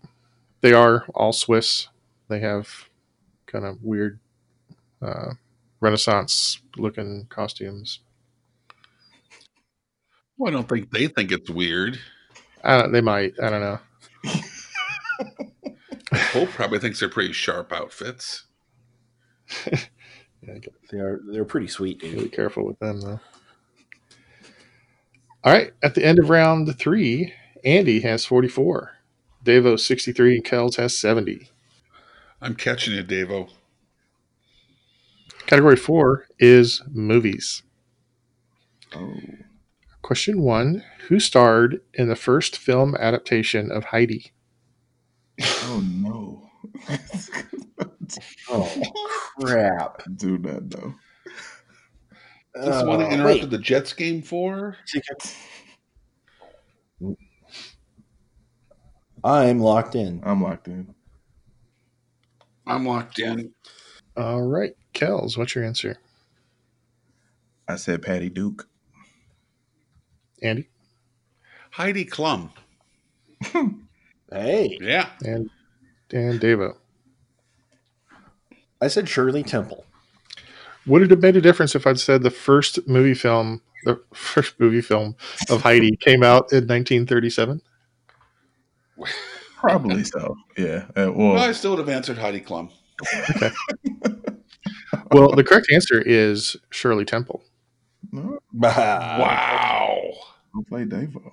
Speaker 4: they are all Swiss. They have kind of weird uh, Renaissance looking costumes.
Speaker 3: Well, I don't think they think it's weird.
Speaker 4: I don't, they might. I don't know.
Speaker 3: The Pope probably thinks they're pretty sharp outfits.
Speaker 4: Yeah, I guess.
Speaker 1: They are they're pretty sweet,
Speaker 4: really
Speaker 1: dude.
Speaker 4: careful with them though. All right, at the end of round three, Andy has forty-four, Devo sixty-three, and Kels has seventy.
Speaker 3: I'm catching you, Davo.
Speaker 4: Category four is movies.
Speaker 2: Oh,
Speaker 4: Question one: Who starred in the first film adaptation of Heidi?
Speaker 2: oh no.
Speaker 1: Oh crap.
Speaker 2: Do not know.
Speaker 3: Is this one that
Speaker 1: Uh,
Speaker 3: interrupted
Speaker 1: wait.
Speaker 3: the Jets game for?
Speaker 1: Mm. I'm locked in.
Speaker 2: I'm locked in.
Speaker 3: I'm locked in.
Speaker 4: All right, Kels, what's your answer?
Speaker 2: I said Patty Duke.
Speaker 4: Andy
Speaker 3: Heidi Klum.
Speaker 1: Hey.
Speaker 3: Yeah.
Speaker 4: and and Devo.
Speaker 1: I said Shirley Temple.
Speaker 4: Would it have made a difference if I'd said the first movie film, the first movie film of Heidi came out in 1937?
Speaker 2: Probably so. Yeah. Uh,
Speaker 3: Well, I
Speaker 2: well,
Speaker 3: still would have answered Heidi Klum.
Speaker 4: Well, the correct answer is Shirley Temple.
Speaker 2: no,
Speaker 1: Wow.
Speaker 3: Wow.
Speaker 2: I'll play Devo.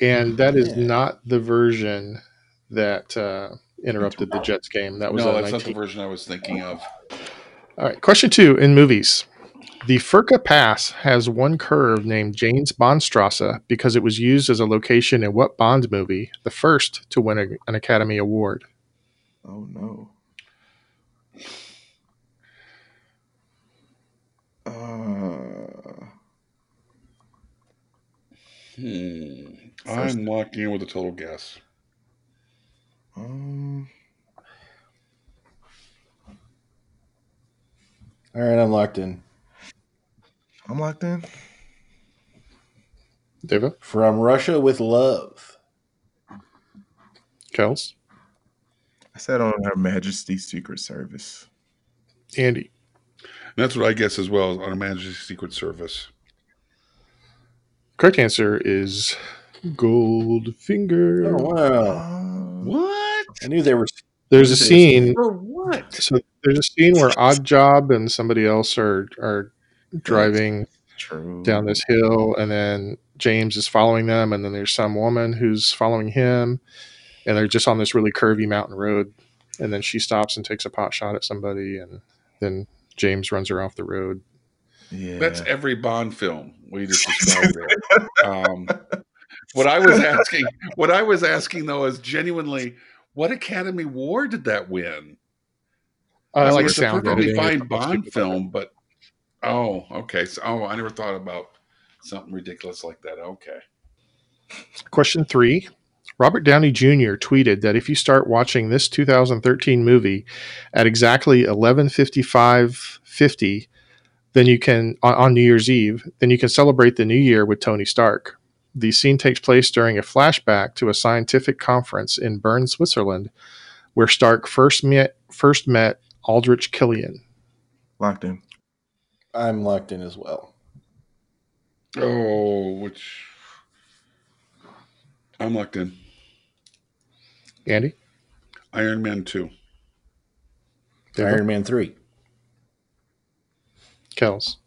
Speaker 4: and that is
Speaker 1: Yeah.
Speaker 4: not the version that uh, interrupted the Jets game. That was
Speaker 3: No,
Speaker 4: a
Speaker 3: that's not the
Speaker 4: 19
Speaker 3: version I was thinking of.
Speaker 4: All right, question two in movies. The Furka Pass has one curve named Jane's Bondstrasse because it was used as a location in what Bond movie, the first to win a, an Academy Award?
Speaker 2: Oh no. Uh,
Speaker 3: Hmm.
Speaker 2: First-
Speaker 3: I'm locked in with a total guess.
Speaker 2: um,
Speaker 1: All right, I'm locked in.
Speaker 2: I'm locked in.
Speaker 4: Deva,
Speaker 1: From Russia with Love.
Speaker 4: Kels,
Speaker 2: I said on Her Majesty's Secret Service.
Speaker 4: Andy.
Speaker 3: And that's what I guess as well on Her Majesty's Secret Service.
Speaker 4: Correct answer is
Speaker 1: Oh,
Speaker 4: Goldfinger.
Speaker 1: wow.
Speaker 2: Uh,
Speaker 3: What?
Speaker 1: I knew they were.
Speaker 4: There's a scene
Speaker 3: For what?
Speaker 4: So there's a scene where Odd Job and somebody else are are driving
Speaker 2: True.
Speaker 4: down this hill, and then James is following them, and then there's some woman who's following him, and they're just on this really curvy mountain road, and then she stops and takes a pot shot at somebody, and then James runs her off the road.
Speaker 2: Yeah.
Speaker 3: That's every Bond film we just described there. Um, what I was asking, what I was asking though, is genuinely, what Academy Award did that win?
Speaker 4: I
Speaker 3: mean,
Speaker 4: like
Speaker 3: it's
Speaker 4: sound
Speaker 3: a perfectly
Speaker 4: editing.
Speaker 3: fine
Speaker 4: It's supposed to be
Speaker 3: Bond film, but oh, okay. So, oh, I never thought about something ridiculous like that. Okay,
Speaker 4: Question three. Robert Downey Jr. tweeted that if you start watching this 2013 movie at exactly 11:55:50, then you can on, on New Year's Eve, then you can celebrate the new year with Tony Stark. The scene takes place during a flashback to a scientific conference in Bern, Switzerland, where Stark first met first met Aldrich Killian.
Speaker 2: Locked in.
Speaker 1: I'm locked in as well.
Speaker 3: oh, which I'm locked in.
Speaker 4: Andy,
Speaker 3: Iron Man two.
Speaker 4: Devin,
Speaker 1: Iron Man three.
Speaker 4: Kells.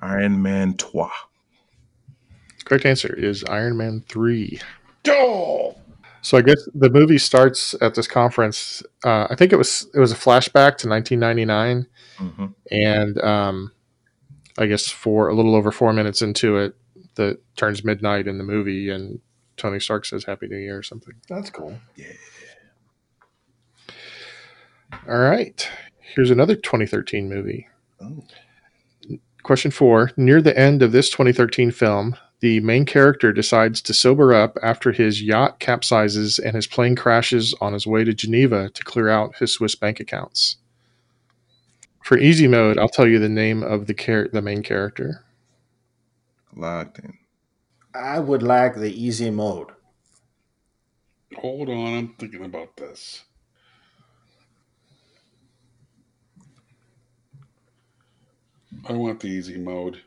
Speaker 2: Iron Man 3.
Speaker 4: Correct answer is Iron Man 3.
Speaker 3: Oh,
Speaker 4: So I guess the movie starts at this conference. Uh, I think it was it was a flashback to 1999,
Speaker 2: hmm
Speaker 4: and um, I guess for a little over four minutes into it, that turns midnight in the movie, and Tony Stark says "Happy New Year" or something.
Speaker 1: That's cool.
Speaker 4: All right, here's another 2013 movie.
Speaker 2: Oh.
Speaker 4: Question four: Near the end of this 2013 film, the main character decides to sober up after his yacht capsizes and his plane crashes on his way to Geneva to clear out his Swiss bank accounts. For easy mode, I'll tell you the name of the char- the main character.
Speaker 2: Locked in.
Speaker 1: I would like the easy mode.
Speaker 3: hold on, I'm thinking about this. I want the easy mode.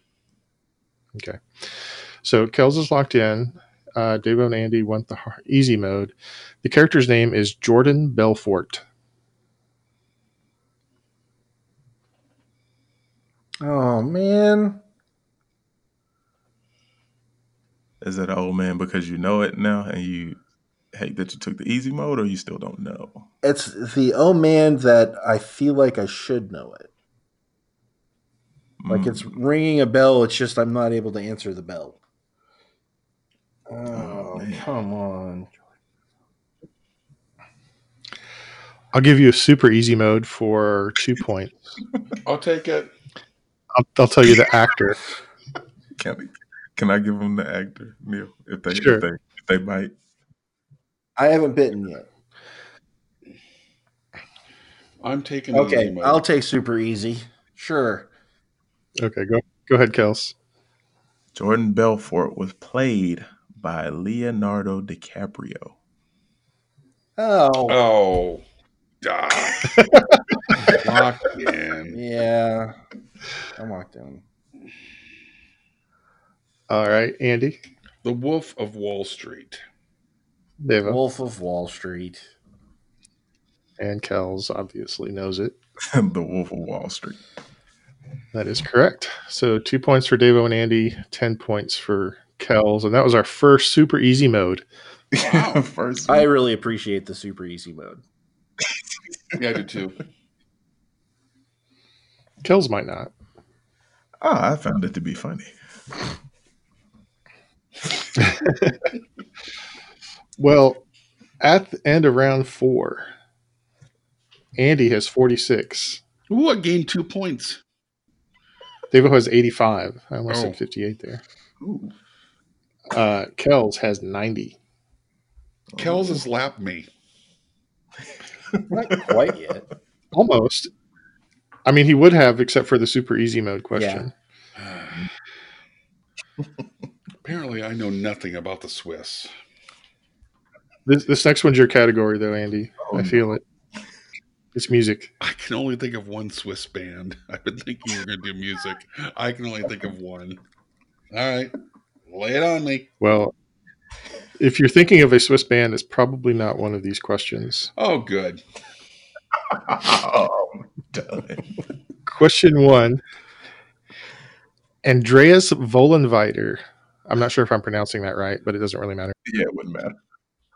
Speaker 4: So Kells is locked in. Uh, Dave and Andy want the har easy mode. The character's name is Jordan Belfort.
Speaker 1: Oh man.
Speaker 2: Is it an old man because you know it now and you hate that you took the easy mode or you still don't know?
Speaker 1: It's the oh man that I feel like I should know it. Like it's
Speaker 2: Mm.
Speaker 1: ringing a bell. It's just I'm not able to answer the bell. Oh,
Speaker 2: Oh, man.
Speaker 1: come on.
Speaker 4: I'll give you a super easy mode for two points.
Speaker 3: I'll take it.
Speaker 4: I'll, I'll tell you the actor.
Speaker 2: Can, I- can I give them the actor, Neil? If they,
Speaker 4: Sure.
Speaker 2: if they, if they bite.
Speaker 1: I haven't bitten yet.
Speaker 3: I'm taking the easy
Speaker 1: Okay,
Speaker 3: mode.
Speaker 1: I'll take super easy. Sure.
Speaker 4: Okay, go go ahead, Kels.
Speaker 2: Jordan Belfort was played by Leonardo DiCaprio.
Speaker 1: Oh,
Speaker 3: Oh, ah, locked in.
Speaker 1: yeah. I'm locked in.
Speaker 4: All right, Andy,
Speaker 3: The Wolf of Wall Street.
Speaker 4: Deva,
Speaker 1: Wolf of Wall Street.
Speaker 4: and Kels obviously knows it.
Speaker 2: the Wolf of Wall Street.
Speaker 4: That is correct. So two points for Devo and Andy, ten points for Kells, and that was our first super easy mode.
Speaker 3: Wow.
Speaker 2: First,
Speaker 1: I really appreciate the super easy mode.
Speaker 3: Yeah, I do too.
Speaker 4: Kells might not.
Speaker 2: oh, I found it to be funny.
Speaker 4: Well, at the end of round four, Andy has forty six.
Speaker 3: Ooh, I gained two points.
Speaker 4: Devo has eighty five. I almost
Speaker 3: Oh.
Speaker 4: said fifty eight there.
Speaker 2: Ooh.
Speaker 4: Uh, Kells has ninety.
Speaker 3: Kells has lapped me.
Speaker 1: Not quite yet.
Speaker 4: Almost. I mean, he would have, except for the super easy mode question.
Speaker 3: Apparently, I know nothing about the Swiss.
Speaker 4: This, this next one's your category, though, Andy.
Speaker 2: Oh,
Speaker 4: I feel it. It's music.
Speaker 3: I can only think of one Swiss band. I've been thinking you were going to do music. I can only think of one. All right, lay it on me.
Speaker 4: Well, if you're thinking of a Swiss band, it's probably not one of these questions.
Speaker 3: Oh, good.
Speaker 2: Oh, I'm done.
Speaker 4: Question one Andreas Vollenweider. I'm not sure if I'm pronouncing that right, but it doesn't really matter.
Speaker 2: Yeah, it wouldn't matter.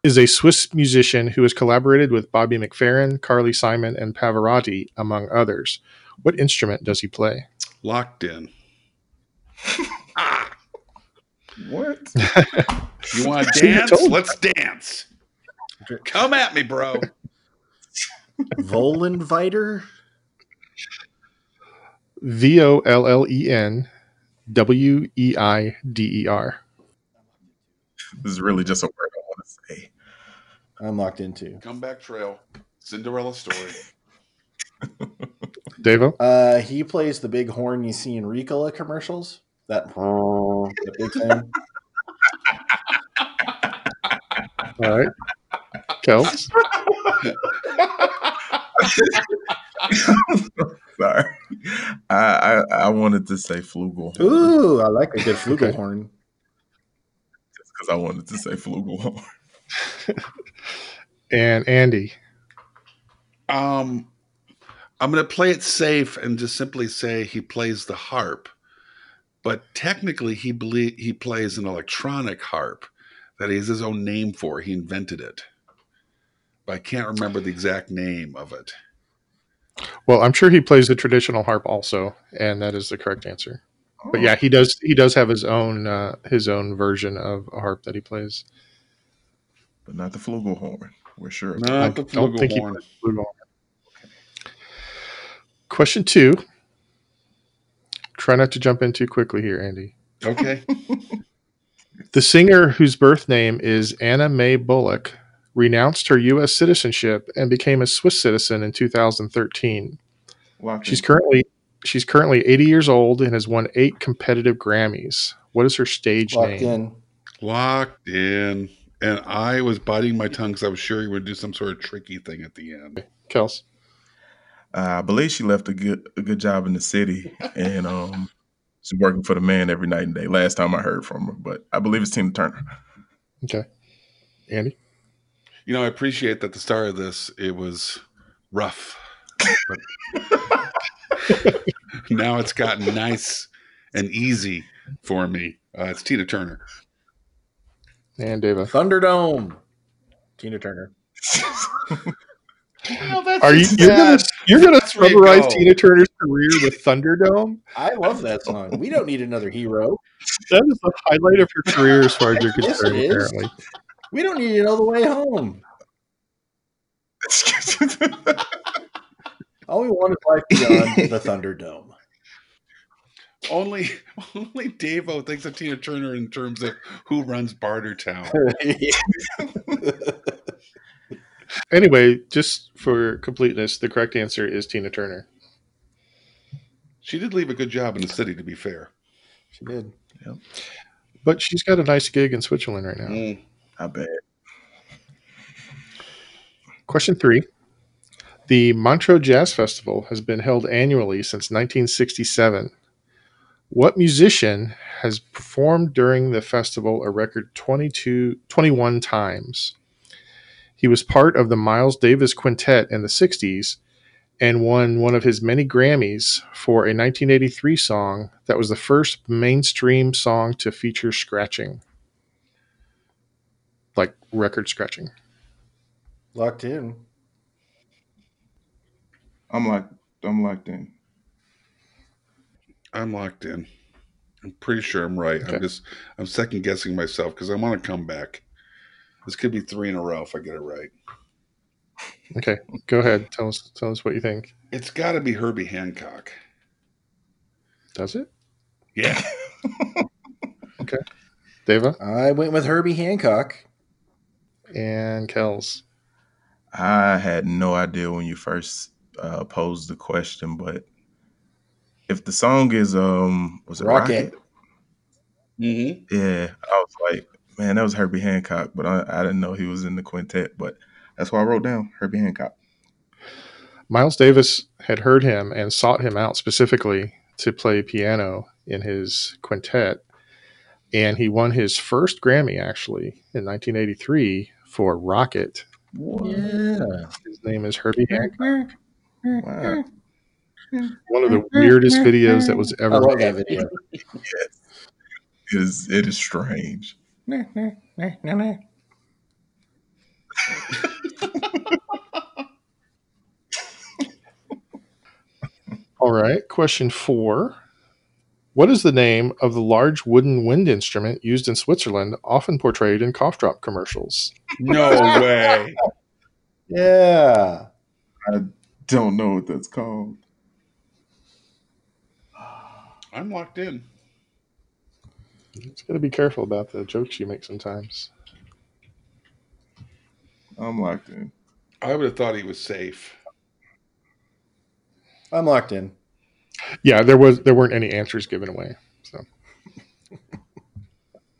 Speaker 4: Is a Swiss musician who has collaborated with Bobby McFerrin, Carly Simon, and Pavarotti, among others. What instrument does he play?
Speaker 3: Locked in.
Speaker 2: What?
Speaker 3: You want to
Speaker 4: See, I
Speaker 3: dance?
Speaker 4: told you.
Speaker 3: Let's dance. Come at me, bro.
Speaker 1: Volenviter?
Speaker 4: V O L L E N W E I D E R.
Speaker 2: This is really just a word I want to say.
Speaker 1: I'm locked into.
Speaker 3: Comeback Trail, Cinderella story.
Speaker 4: Devo?
Speaker 1: Uh, he plays the big horn you see in Ricola commercials. That the big thing.
Speaker 4: All right. Kels?
Speaker 2: Sorry. I, I I wanted to say flugel because
Speaker 1: Ooh, I like a good
Speaker 4: Okay.
Speaker 1: flugelhorn.
Speaker 2: I wanted to say flugel.
Speaker 4: And Andy.
Speaker 3: Um, I'm going to play it safe and just simply say he plays the harp, but technically he belie- he plays an electronic harp that he has his own name for. He invented it, but I can't remember the exact name of it.
Speaker 4: Well, I'm sure he plays the traditional harp also, and that is the correct answer. But yeah, he does. He does have his own uh, his own version of a harp that he plays.
Speaker 2: but not the flugelhorn. We're sure. of
Speaker 3: Not
Speaker 4: I
Speaker 3: the
Speaker 4: don't think he
Speaker 3: flugelhorn.
Speaker 4: plays the flugelhorn. Question two. Try not to jump in too quickly here, Andy.
Speaker 3: Okay.
Speaker 4: The singer whose birth name is Anna Mae Bullock renounced her U.S. citizenship and became a Swiss citizen in 2013.
Speaker 2: Locked
Speaker 4: She's
Speaker 2: in.
Speaker 4: currently she's currently 80 years old and has won eight competitive Grammys. What is her stage
Speaker 1: Locked
Speaker 4: name?
Speaker 1: in.
Speaker 3: Locked in. And I was biting my tongue because I was sure he would do some sort of tricky thing at the end.
Speaker 4: Kels.
Speaker 2: Uh, I believe she left a good a good job in the city, and um, she's working for the man every night and day. Last time I heard from her, but I believe it's Tina Turner.
Speaker 4: Okay. Andy.
Speaker 3: You know, I appreciate that the star of this it was rough. but- now it's gotten nice and easy for me. Uh, it's Tina Turner.
Speaker 4: And Deva.
Speaker 1: Thunderdome. Tina Turner.
Speaker 4: Are you you're gonna, you're gonna
Speaker 3: That's where you
Speaker 4: summarize
Speaker 3: go.
Speaker 4: Tina Turner's career with Thunderdome?
Speaker 1: I love that song. We don't need another hero.
Speaker 4: That is the highlight of her career as far as you're
Speaker 1: Yes, it
Speaker 4: concerned,
Speaker 1: is.
Speaker 4: apparently.
Speaker 1: We don't need another way home. All we want is life beyond the Thunderdome.
Speaker 3: Only only Davo thinks of Tina Turner in terms of who runs Bartertown.
Speaker 4: Anyway, just for completeness, the correct answer is Tina Turner.
Speaker 3: She did leave a good job in the city, to be fair.
Speaker 1: she did.
Speaker 4: But she's got a nice gig in Switzerland right now.
Speaker 3: Mm.
Speaker 2: I bet.
Speaker 4: Question three. The Montreux Jazz Festival has been held annually since 1967. What musician has performed during the festival a record 22, 21 times? He was part of the Miles Davis Quintet in the 60s and won one of his many Grammys for a 1983 song that was the first mainstream song to feature scratching, like record scratching.
Speaker 1: Locked in.
Speaker 2: I'm like I'm locked in.
Speaker 3: I'm locked in. I'm pretty sure I'm right.
Speaker 4: Okay.
Speaker 3: I'm just I'm second guessing myself because I want to come back. This could be three in a row if I get it right.
Speaker 4: Okay, go ahead. Tell us, tell us what you think.
Speaker 3: It's got to be Herbie Hancock.
Speaker 4: Does it,
Speaker 3: Yeah.
Speaker 4: Deva
Speaker 1: I went with Herbie Hancock.
Speaker 4: and Kells?
Speaker 2: I had no idea when you first uh, posed the question, but if the song is um was it
Speaker 1: Rocket.
Speaker 2: Rocket?
Speaker 3: Mm-hmm.
Speaker 2: Yeah, I was like, man, that was Herbie Hancock, but I, I didn't know he was in the quintet. But that's why I wrote down Herbie Hancock.
Speaker 4: Miles Davis had heard him and sought him out specifically to play piano in his quintet, and he won his first Grammy actually in 1983 for Rocket.
Speaker 2: What?
Speaker 1: Yeah.
Speaker 4: His name is Herbie Hancock.
Speaker 2: Wow.
Speaker 4: One of the weirdest videos that was
Speaker 1: I
Speaker 4: ever.
Speaker 1: love that video.
Speaker 2: It is it is strange.
Speaker 4: All right. Question four. What is the name of the large wooden wind instrument used in Switzerland, often portrayed in cough drop commercials?
Speaker 3: No way.
Speaker 1: Yeah.
Speaker 2: Don't know what that's called.
Speaker 3: I'm locked in.
Speaker 4: It's got to be careful about the jokes you make sometimes.
Speaker 2: I'm locked in.
Speaker 3: I would have thought he was safe.
Speaker 1: I'm locked in.
Speaker 4: Yeah, there was there weren't any answers given away. So,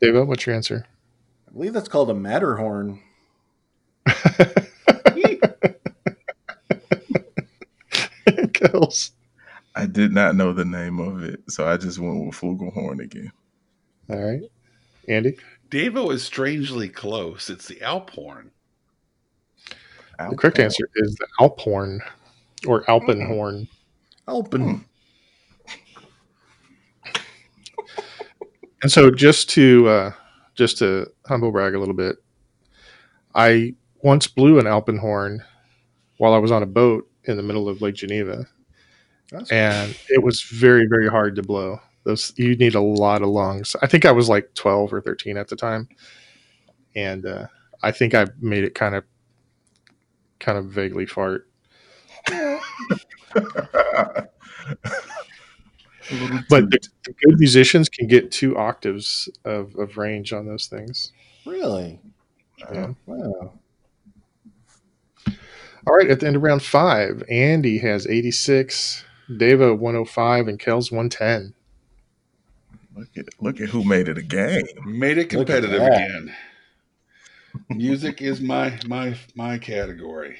Speaker 4: David, what's your answer?
Speaker 1: I believe that's called a Matterhorn.
Speaker 4: Kills.
Speaker 2: I did not know the name of it, so I just went with Flugelhorn again.
Speaker 4: All right, Andy.
Speaker 3: Davo is strangely close. It's the Alphorn.
Speaker 4: The correct
Speaker 2: Alphorn.
Speaker 4: answer is the Alphorn or Alpenhorn.
Speaker 2: Hmm.
Speaker 1: Open.
Speaker 4: And so, just to uh, just to humble brag a little bit, I once blew an Alpenhorn while I was on a boat in the middle of Lake Geneva,
Speaker 1: That's-
Speaker 4: and it was very very hard to blow. Those you need a lot of lungs. I think I was like twelve or thirteen at the time, and uh, I think I made it kind of kind of vaguely fart.
Speaker 2: A little
Speaker 4: But
Speaker 2: too-
Speaker 4: the, the good musicians can get two octaves of, of range on those things.
Speaker 1: really? Oh,
Speaker 4: Yeah.
Speaker 1: Wow.
Speaker 4: All right, at the end of round five, Andy has 86, Deva 105, and Kells 110.
Speaker 2: look at look at who made it a game.
Speaker 3: Made it
Speaker 1: Look at
Speaker 3: competitive
Speaker 1: that.
Speaker 3: again. Music is my my my category.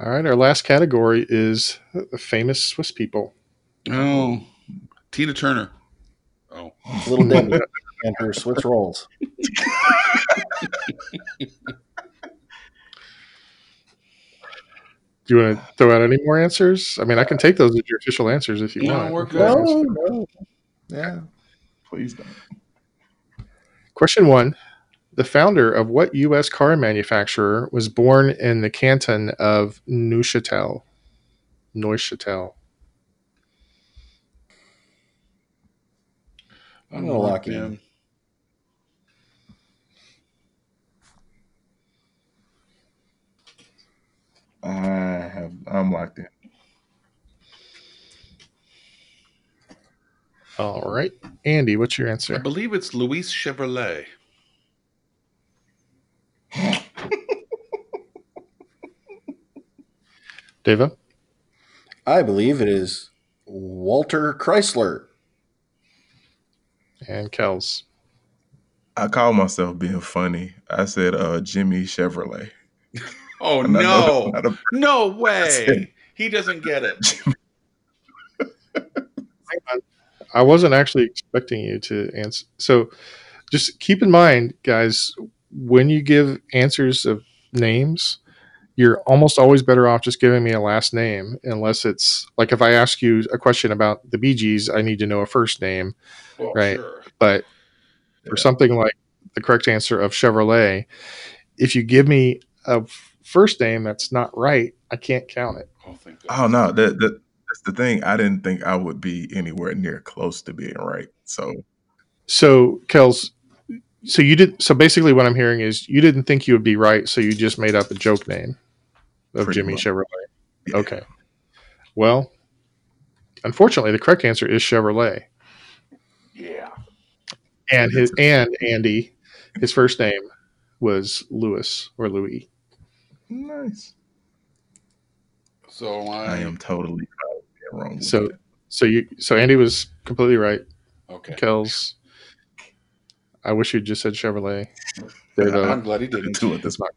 Speaker 4: All right, our last category is the famous Swiss people.
Speaker 3: Oh, Tina Turner. Oh,
Speaker 1: Little Debbie and her Swiss rolls.
Speaker 4: Do you want to throw out any more answers? I mean, I can take those as your official answers if you
Speaker 3: No,
Speaker 4: want.
Speaker 3: we're good.
Speaker 1: No, no. Yeah.
Speaker 2: Please don't.
Speaker 4: Question one The founder of what U.S. car manufacturer was born in the canton of Neuchâtel? Neuchâtel.
Speaker 1: I'm gonna lock in.
Speaker 2: I have I'm locked in.
Speaker 4: All right, Andy, what's your
Speaker 3: I
Speaker 4: answer?
Speaker 3: believe it's Luis Chevrolet.
Speaker 4: Deva?
Speaker 1: I believe it is Walter Chrysler.
Speaker 4: and Kells.
Speaker 2: I call myself being funny. I said uh Jimmy Chevrolet.
Speaker 3: Oh
Speaker 2: And I know
Speaker 3: no,
Speaker 2: that's not a-
Speaker 3: no
Speaker 2: it.
Speaker 3: way. He doesn't get it.
Speaker 4: I wasn't actually expecting you to answer. So just keep in mind, guys, when you give answers of names, you're almost always better off just giving me a last name, unless it's like if I ask you a question about the Bee Gees, I need to know a first name.
Speaker 3: Well,
Speaker 4: Right.
Speaker 3: Sure.
Speaker 4: But for
Speaker 2: Yeah.
Speaker 4: something like the correct answer of Chevrolet, if you give me a f- first name that's not right, I can't count it.
Speaker 3: Oh, thank God.
Speaker 2: Oh no, that, that that's the thing. I didn't think I would be anywhere near close to being right. So
Speaker 4: So, Kels, so you did. So basically, what I'm hearing is you didn't think you would be right, so you just made up a joke name of
Speaker 2: Pretty
Speaker 4: Jimmy
Speaker 2: much.
Speaker 4: Chevrolet.
Speaker 2: Yeah.
Speaker 4: Okay. Well, unfortunately, the correct answer is Chevrolet,
Speaker 3: Yeah.
Speaker 4: and his and Andy, his first name was Lewis or Louis.
Speaker 2: nice.
Speaker 3: So
Speaker 2: I
Speaker 3: I,
Speaker 2: am totally proud of being wrong. with
Speaker 4: So,
Speaker 2: that.
Speaker 4: so you, so Andy was completely right.
Speaker 3: okay.
Speaker 4: Kels, I wish you'd just said Chevrolet. uh,
Speaker 3: I'm
Speaker 4: Devo.
Speaker 3: glad he didn't.
Speaker 2: two at this point.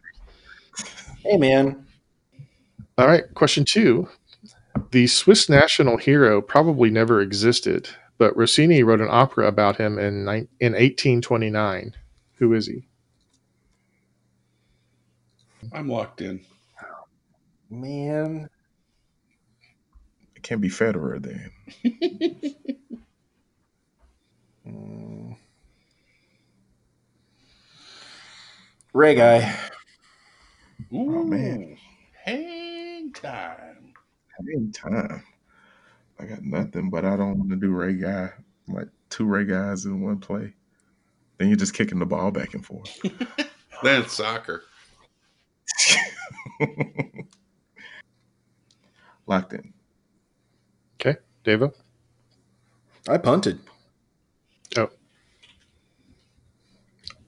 Speaker 1: Hey, man.
Speaker 4: All right, question two. The Swiss national hero probably never existed, but Rossini wrote an opera about him in, nine in 1829. Who is he?
Speaker 3: I'm locked in.
Speaker 1: Man.
Speaker 2: can't be Federer then.
Speaker 1: Mm. Ray guy.
Speaker 3: Ooh,
Speaker 2: man.
Speaker 3: hang time.
Speaker 2: Hang time. I got nothing, but I don't want to do Ray Guy. Like two Ray guys in one play. Then you're just kicking the ball back and forth.
Speaker 3: That's soccer.
Speaker 2: Locked in.
Speaker 4: Davo?
Speaker 1: I punted.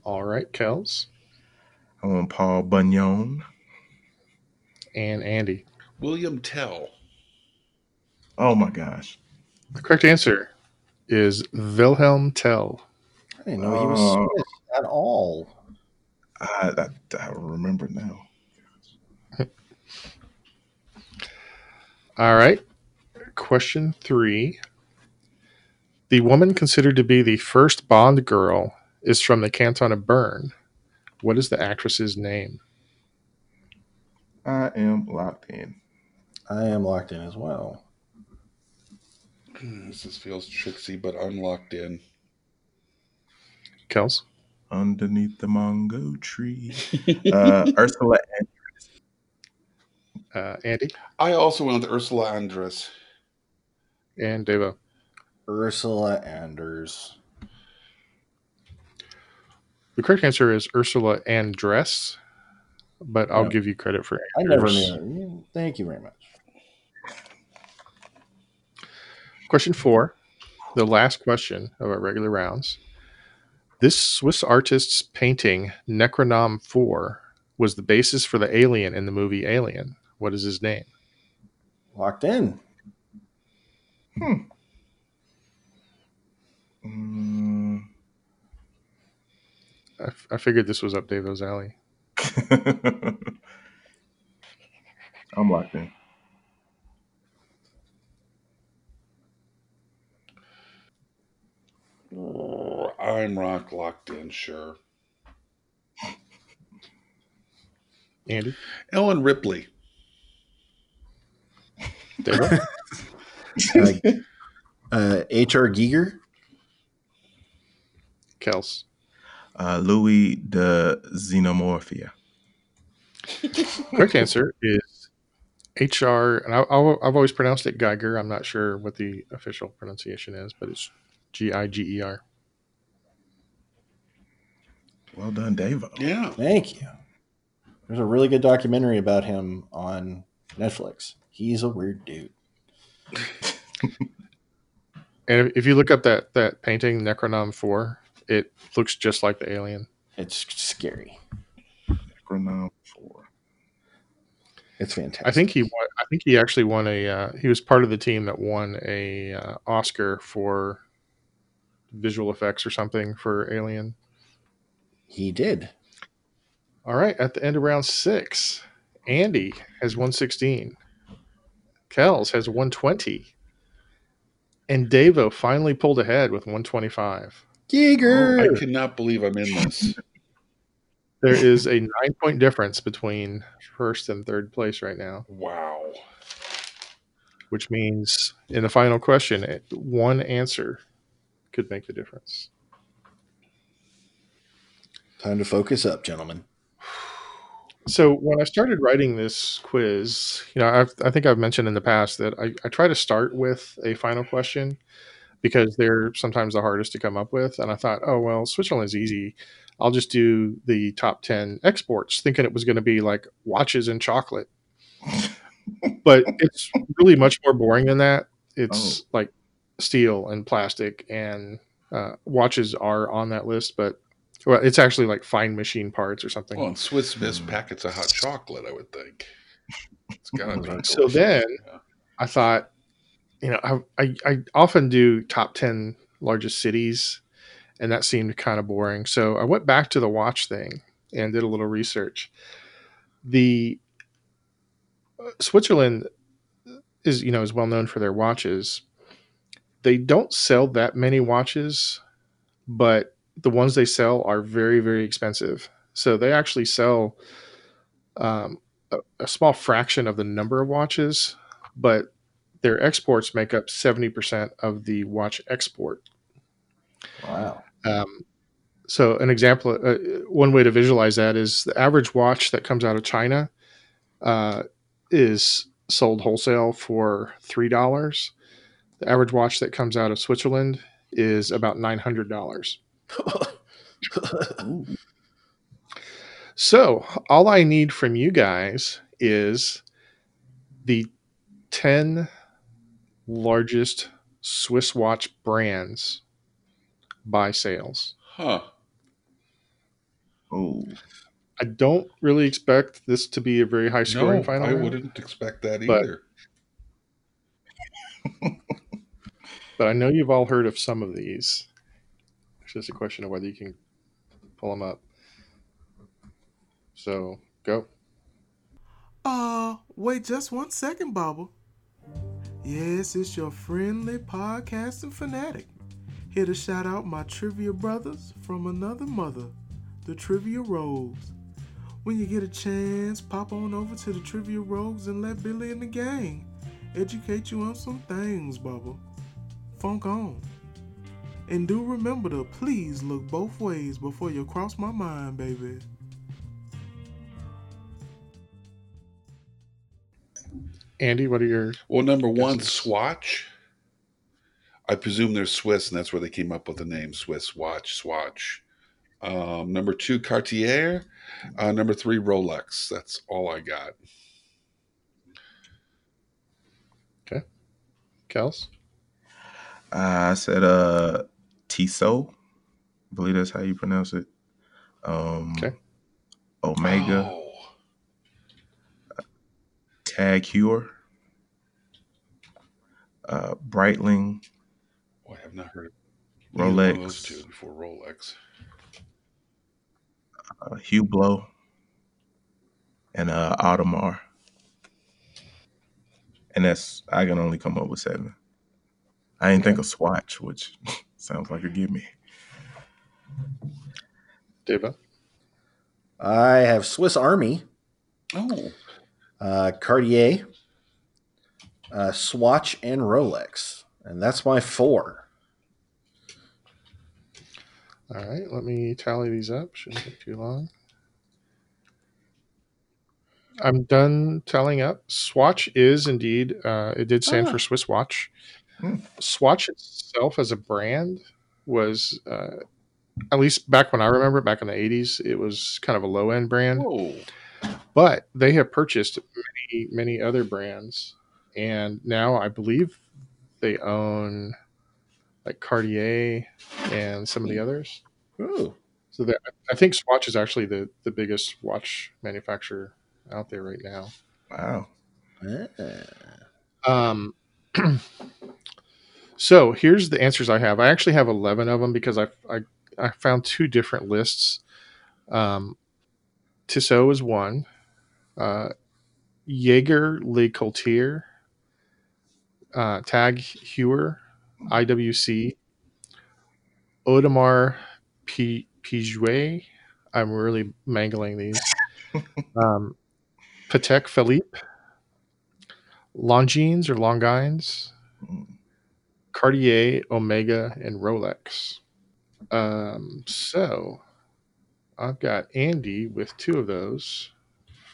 Speaker 4: All right, Kels
Speaker 2: I want Paul Bunyan.
Speaker 4: and Andy.
Speaker 3: William Tell.
Speaker 2: Oh my gosh.
Speaker 4: The correct answer is Wilhelm Tell.
Speaker 1: I didn't know he was
Speaker 2: Oh.
Speaker 1: Swiss at all.
Speaker 2: I, I, I remember now.
Speaker 4: All right. Question three. The woman considered to be the first Bond girl is from the canton of Bern. What is the actress's name?
Speaker 2: I am locked in.
Speaker 1: I am locked in as well.
Speaker 3: Hmm, This just feels tricksy, but unlocked in.
Speaker 4: Kels?
Speaker 2: Underneath the mango tree. Uh, Ursula and
Speaker 4: Uh, Andy
Speaker 3: I also went with Ursula Andress.
Speaker 4: and Devo.
Speaker 1: Ursula Anders.
Speaker 4: The correct answer is Ursula Andress, but I'll
Speaker 1: Yeah.
Speaker 4: give you credit for
Speaker 1: I never
Speaker 4: Anders.
Speaker 1: knew. that. Thank you very much.
Speaker 4: Question four, the last question of our regular rounds. This Swiss artist's painting, Necronom 4, was the basis for the alien in the movie Alien. What is his name?
Speaker 1: Locked in.
Speaker 2: Mm.
Speaker 4: I, f- I figured this was up Davo's alley.
Speaker 2: I'm locked in.
Speaker 3: Oh, I'm rock locked in, sure.
Speaker 4: Andy?
Speaker 3: Ellen Ripley.
Speaker 4: Davo?
Speaker 1: Uh, uh, H.R. Giger.
Speaker 4: Kels?
Speaker 2: Uh, Louis de Xenomorphia.
Speaker 4: Correct answer is H.R. And I, I'll- I've always pronounced it Geiger. I'm not sure what the official pronunciation is, but it's G I G E R.
Speaker 2: Well done, Davo.
Speaker 3: Yeah.
Speaker 1: Thank you. There's a really good documentary about him on Netflix. He's a weird dude.
Speaker 4: And if, if you look up that, that painting, Necronom 4, it looks just like the alien.
Speaker 1: It's scary.
Speaker 2: Necronom 4.
Speaker 1: It's fantastic.
Speaker 4: I think he won. I think he actually won a. Uh, he was part of the team that won a uh, Oscar for visual effects or something for Alien.
Speaker 1: he did.
Speaker 4: All right, at the end of round six, Andy has one sixteen, Kells has one twenty, and Davo finally pulled ahead with one twenty five.
Speaker 1: Giger.
Speaker 4: Oh,
Speaker 3: I cannot believe I'm in this.
Speaker 4: There is a nine point difference between first and third place right now.
Speaker 3: Wow.
Speaker 4: which means in the final question, it- one answer could make the difference.
Speaker 1: Time to focus up, gentlemen.
Speaker 4: So when I started writing this quiz, you know, I've, I think I've mentioned in the past that I, I try to start with a final question because they're sometimes the hardest to come up with. And I thought, oh well, Switzerland's easy. I'll just do the top ten exports, thinking it was going to be like watches and chocolate. but it's really much more boring than that. It's like steel and plastic, and uh, watches are on that list, but well, it's actually like fine machine parts or something.
Speaker 3: Well, and Swiss Miss
Speaker 2: Hmm.
Speaker 3: packets of hot chocolate, I would think. It's gotta be.
Speaker 4: So
Speaker 3: delicious.
Speaker 4: then-
Speaker 3: Yeah.
Speaker 4: I thought, you know, I, I, I often do top 10 largest cities, and that seemed kind of boring. So I went back to the watch thing and did a little research. The uh, Switzerland is, you know, is well known for their watches. They don't sell that many watches, but the ones they sell are very, very expensive. So they actually sell um, a, a small fraction of the number of watches, but Their exports make up 70% of the watch export.
Speaker 1: Wow.
Speaker 4: Um, so, an example, uh, one way to visualize that is the average watch that comes out of China uh, is sold wholesale for three dollars. The average watch that comes out of Switzerland is about nine hundred dollars. So, all I need from you guys is the 10 largest Swiss watch brands by sales.
Speaker 3: Huh.
Speaker 2: Oh,
Speaker 4: I don't really expect this to be a very high scoring
Speaker 3: No,
Speaker 4: final.
Speaker 3: I
Speaker 4: round,
Speaker 3: wouldn't expect that
Speaker 4: But-
Speaker 3: either.
Speaker 4: But I know you've all heard of some of these. It's just a question of whether you can pull them up. So, go.
Speaker 5: Uh, wait just one second, Bubba. Yes, it's your friendly podcasting fanatic. Here to shout out my trivia brothers from another mother, the Trivia Rogues. When you get a chance, pop on over to the Trivia Rogues and let Billy and the gang educate you on some things, Bubba. Funk on. And do remember to please look both ways before you cross my mind, baby.
Speaker 4: Andy, what are your.
Speaker 3: Well, number one,
Speaker 4: Guesses.
Speaker 3: Swatch. I presume they're Swiss, and that's where they came up with the name Swiss Watch Swatch. Um, number two, Cartier. Uh, number three, Rolex. That's all I got.
Speaker 4: Kels?
Speaker 2: I said uh, Tissot. I believe that's how you pronounce it. Um,
Speaker 4: Okay.
Speaker 2: Omega
Speaker 3: Oh,
Speaker 2: Tag Heuer. Uh, Breitling,
Speaker 3: boy, I have not heard of either one of those two
Speaker 2: Rolex,
Speaker 3: before Rolex.
Speaker 2: uh, Hublot, and uh, Audemars. And that's I can only come up with seven. I didn't think of Swatch, which sounds like a gimme.
Speaker 4: Deva?
Speaker 1: I have Swiss Army,
Speaker 3: Oh,
Speaker 1: uh, Cartier, uh, Swatch, and Rolex. And that's my four.
Speaker 4: All right, let me tally these up. Shouldn't take too long. I'm done tallying up. Swatch is indeed, uh, it did stand for Swiss Watch.
Speaker 2: Hmm.
Speaker 4: Swatch itself as a brand was, uh, at least back when I remember, back in the 80s, it was kind of a low end brand
Speaker 3: whoa.
Speaker 4: but they have purchased many many other brands and now i believe they own like cartier and some of the others
Speaker 1: Ooh.
Speaker 4: so that i think swatch is actually the the biggest watch manufacturer out there right now
Speaker 2: Wow.
Speaker 1: Ah.
Speaker 4: um so here's the answers i have i actually have 11 of them because i i, I found two different lists um tissot is one uh jaeger le Coulter, uh tag heuer iwc Audemars P- Piguet. i'm really mangling these um patek philippe Longines or Longines,
Speaker 2: Mm.
Speaker 4: Cartier, Omega, and Rolex. Um, so I've got Andy with two of those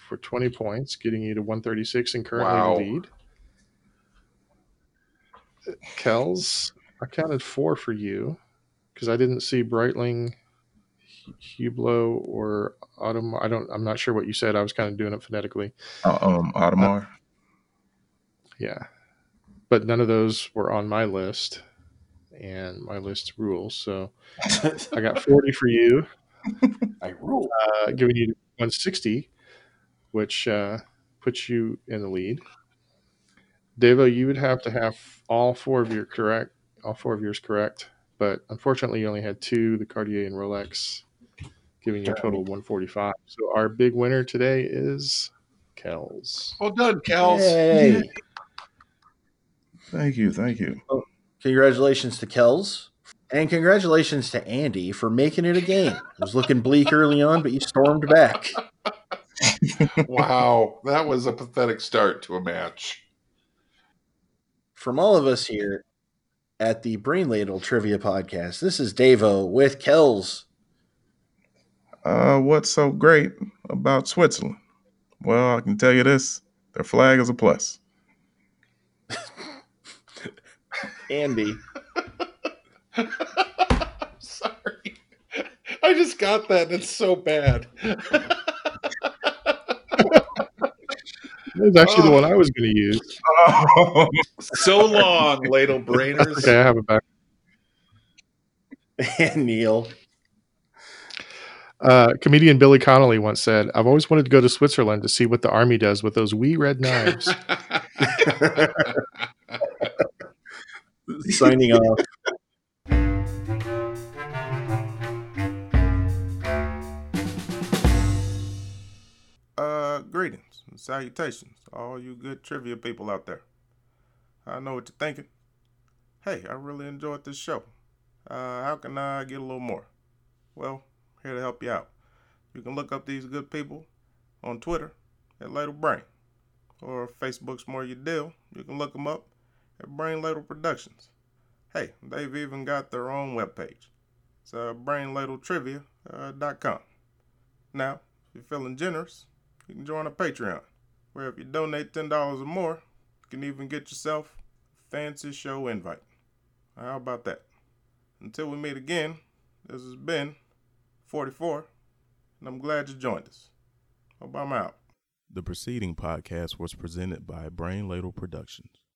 Speaker 4: for 20 points, getting you to 136 and currently
Speaker 3: Wow.
Speaker 4: the lead. Kells, I counted four for you because I didn't see Breitling, Hu- Hublot, or Autumn. I don't. I'm not sure what you said. I was kind of doing it phonetically.
Speaker 2: Uh, um, Audemars.
Speaker 4: Yeah. But none of those were on my list and my list rules. So I got 40 for you,
Speaker 1: I roll.
Speaker 4: uh, giving you 160, which uh, puts you in the lead. Devo, you would have to have all four of your correct, all four of yours correct. But unfortunately, you only had two, the Cartier and Rolex, giving you a total of 145. So our big winner today is Kells.
Speaker 3: Well done, Kels.
Speaker 1: Hey.
Speaker 2: Thank you, thank you.
Speaker 1: Congratulations to Kells. And congratulations to Andy for making it a game. It was looking bleak early on, but you stormed back.
Speaker 3: Wow, that was a pathetic start to a match.
Speaker 1: From all of us here at the Brain Ladle Trivia Podcast, this is Davo with Kells.
Speaker 6: Uh, what's so great about Switzerland? Well, I can tell you this: their flag is a plus.
Speaker 1: Andy.
Speaker 3: Sorry. I just got that. That's so bad.
Speaker 4: That was actually the
Speaker 3: Oh.
Speaker 4: one I was going to use.
Speaker 6: Oh,
Speaker 3: So long, ladle brainers.
Speaker 4: Okay, I have it back.
Speaker 1: and Neil.
Speaker 4: Uh, comedian Billy Connolly once said, "I've always wanted to go to Switzerland to see what the army does with those wee red knives."
Speaker 1: Signing off.
Speaker 2: Uh, greetings and salutations, all you good trivia people out there. I know what you're thinking. Hey, I really enjoyed this show. Uh, how can I get a little more? Well, here to help you out. You can look up these good people on Twitter at Ladle Brain, or Facebook's More Your Deal. You can look them up at Brain Ladle Productions. Hey, they've even got their own webpage. It's uh, brainladletrivia.com. Now, if you're feeling generous, you can join a Patreon, where if you donate ten dollars or more, you can even get yourself a fancy show invite. How about that? Until we meet again, this has been 44, and I'm glad you joined us. Hope I'm out.
Speaker 7: The preceding podcast was presented by Brain Ladle Productions,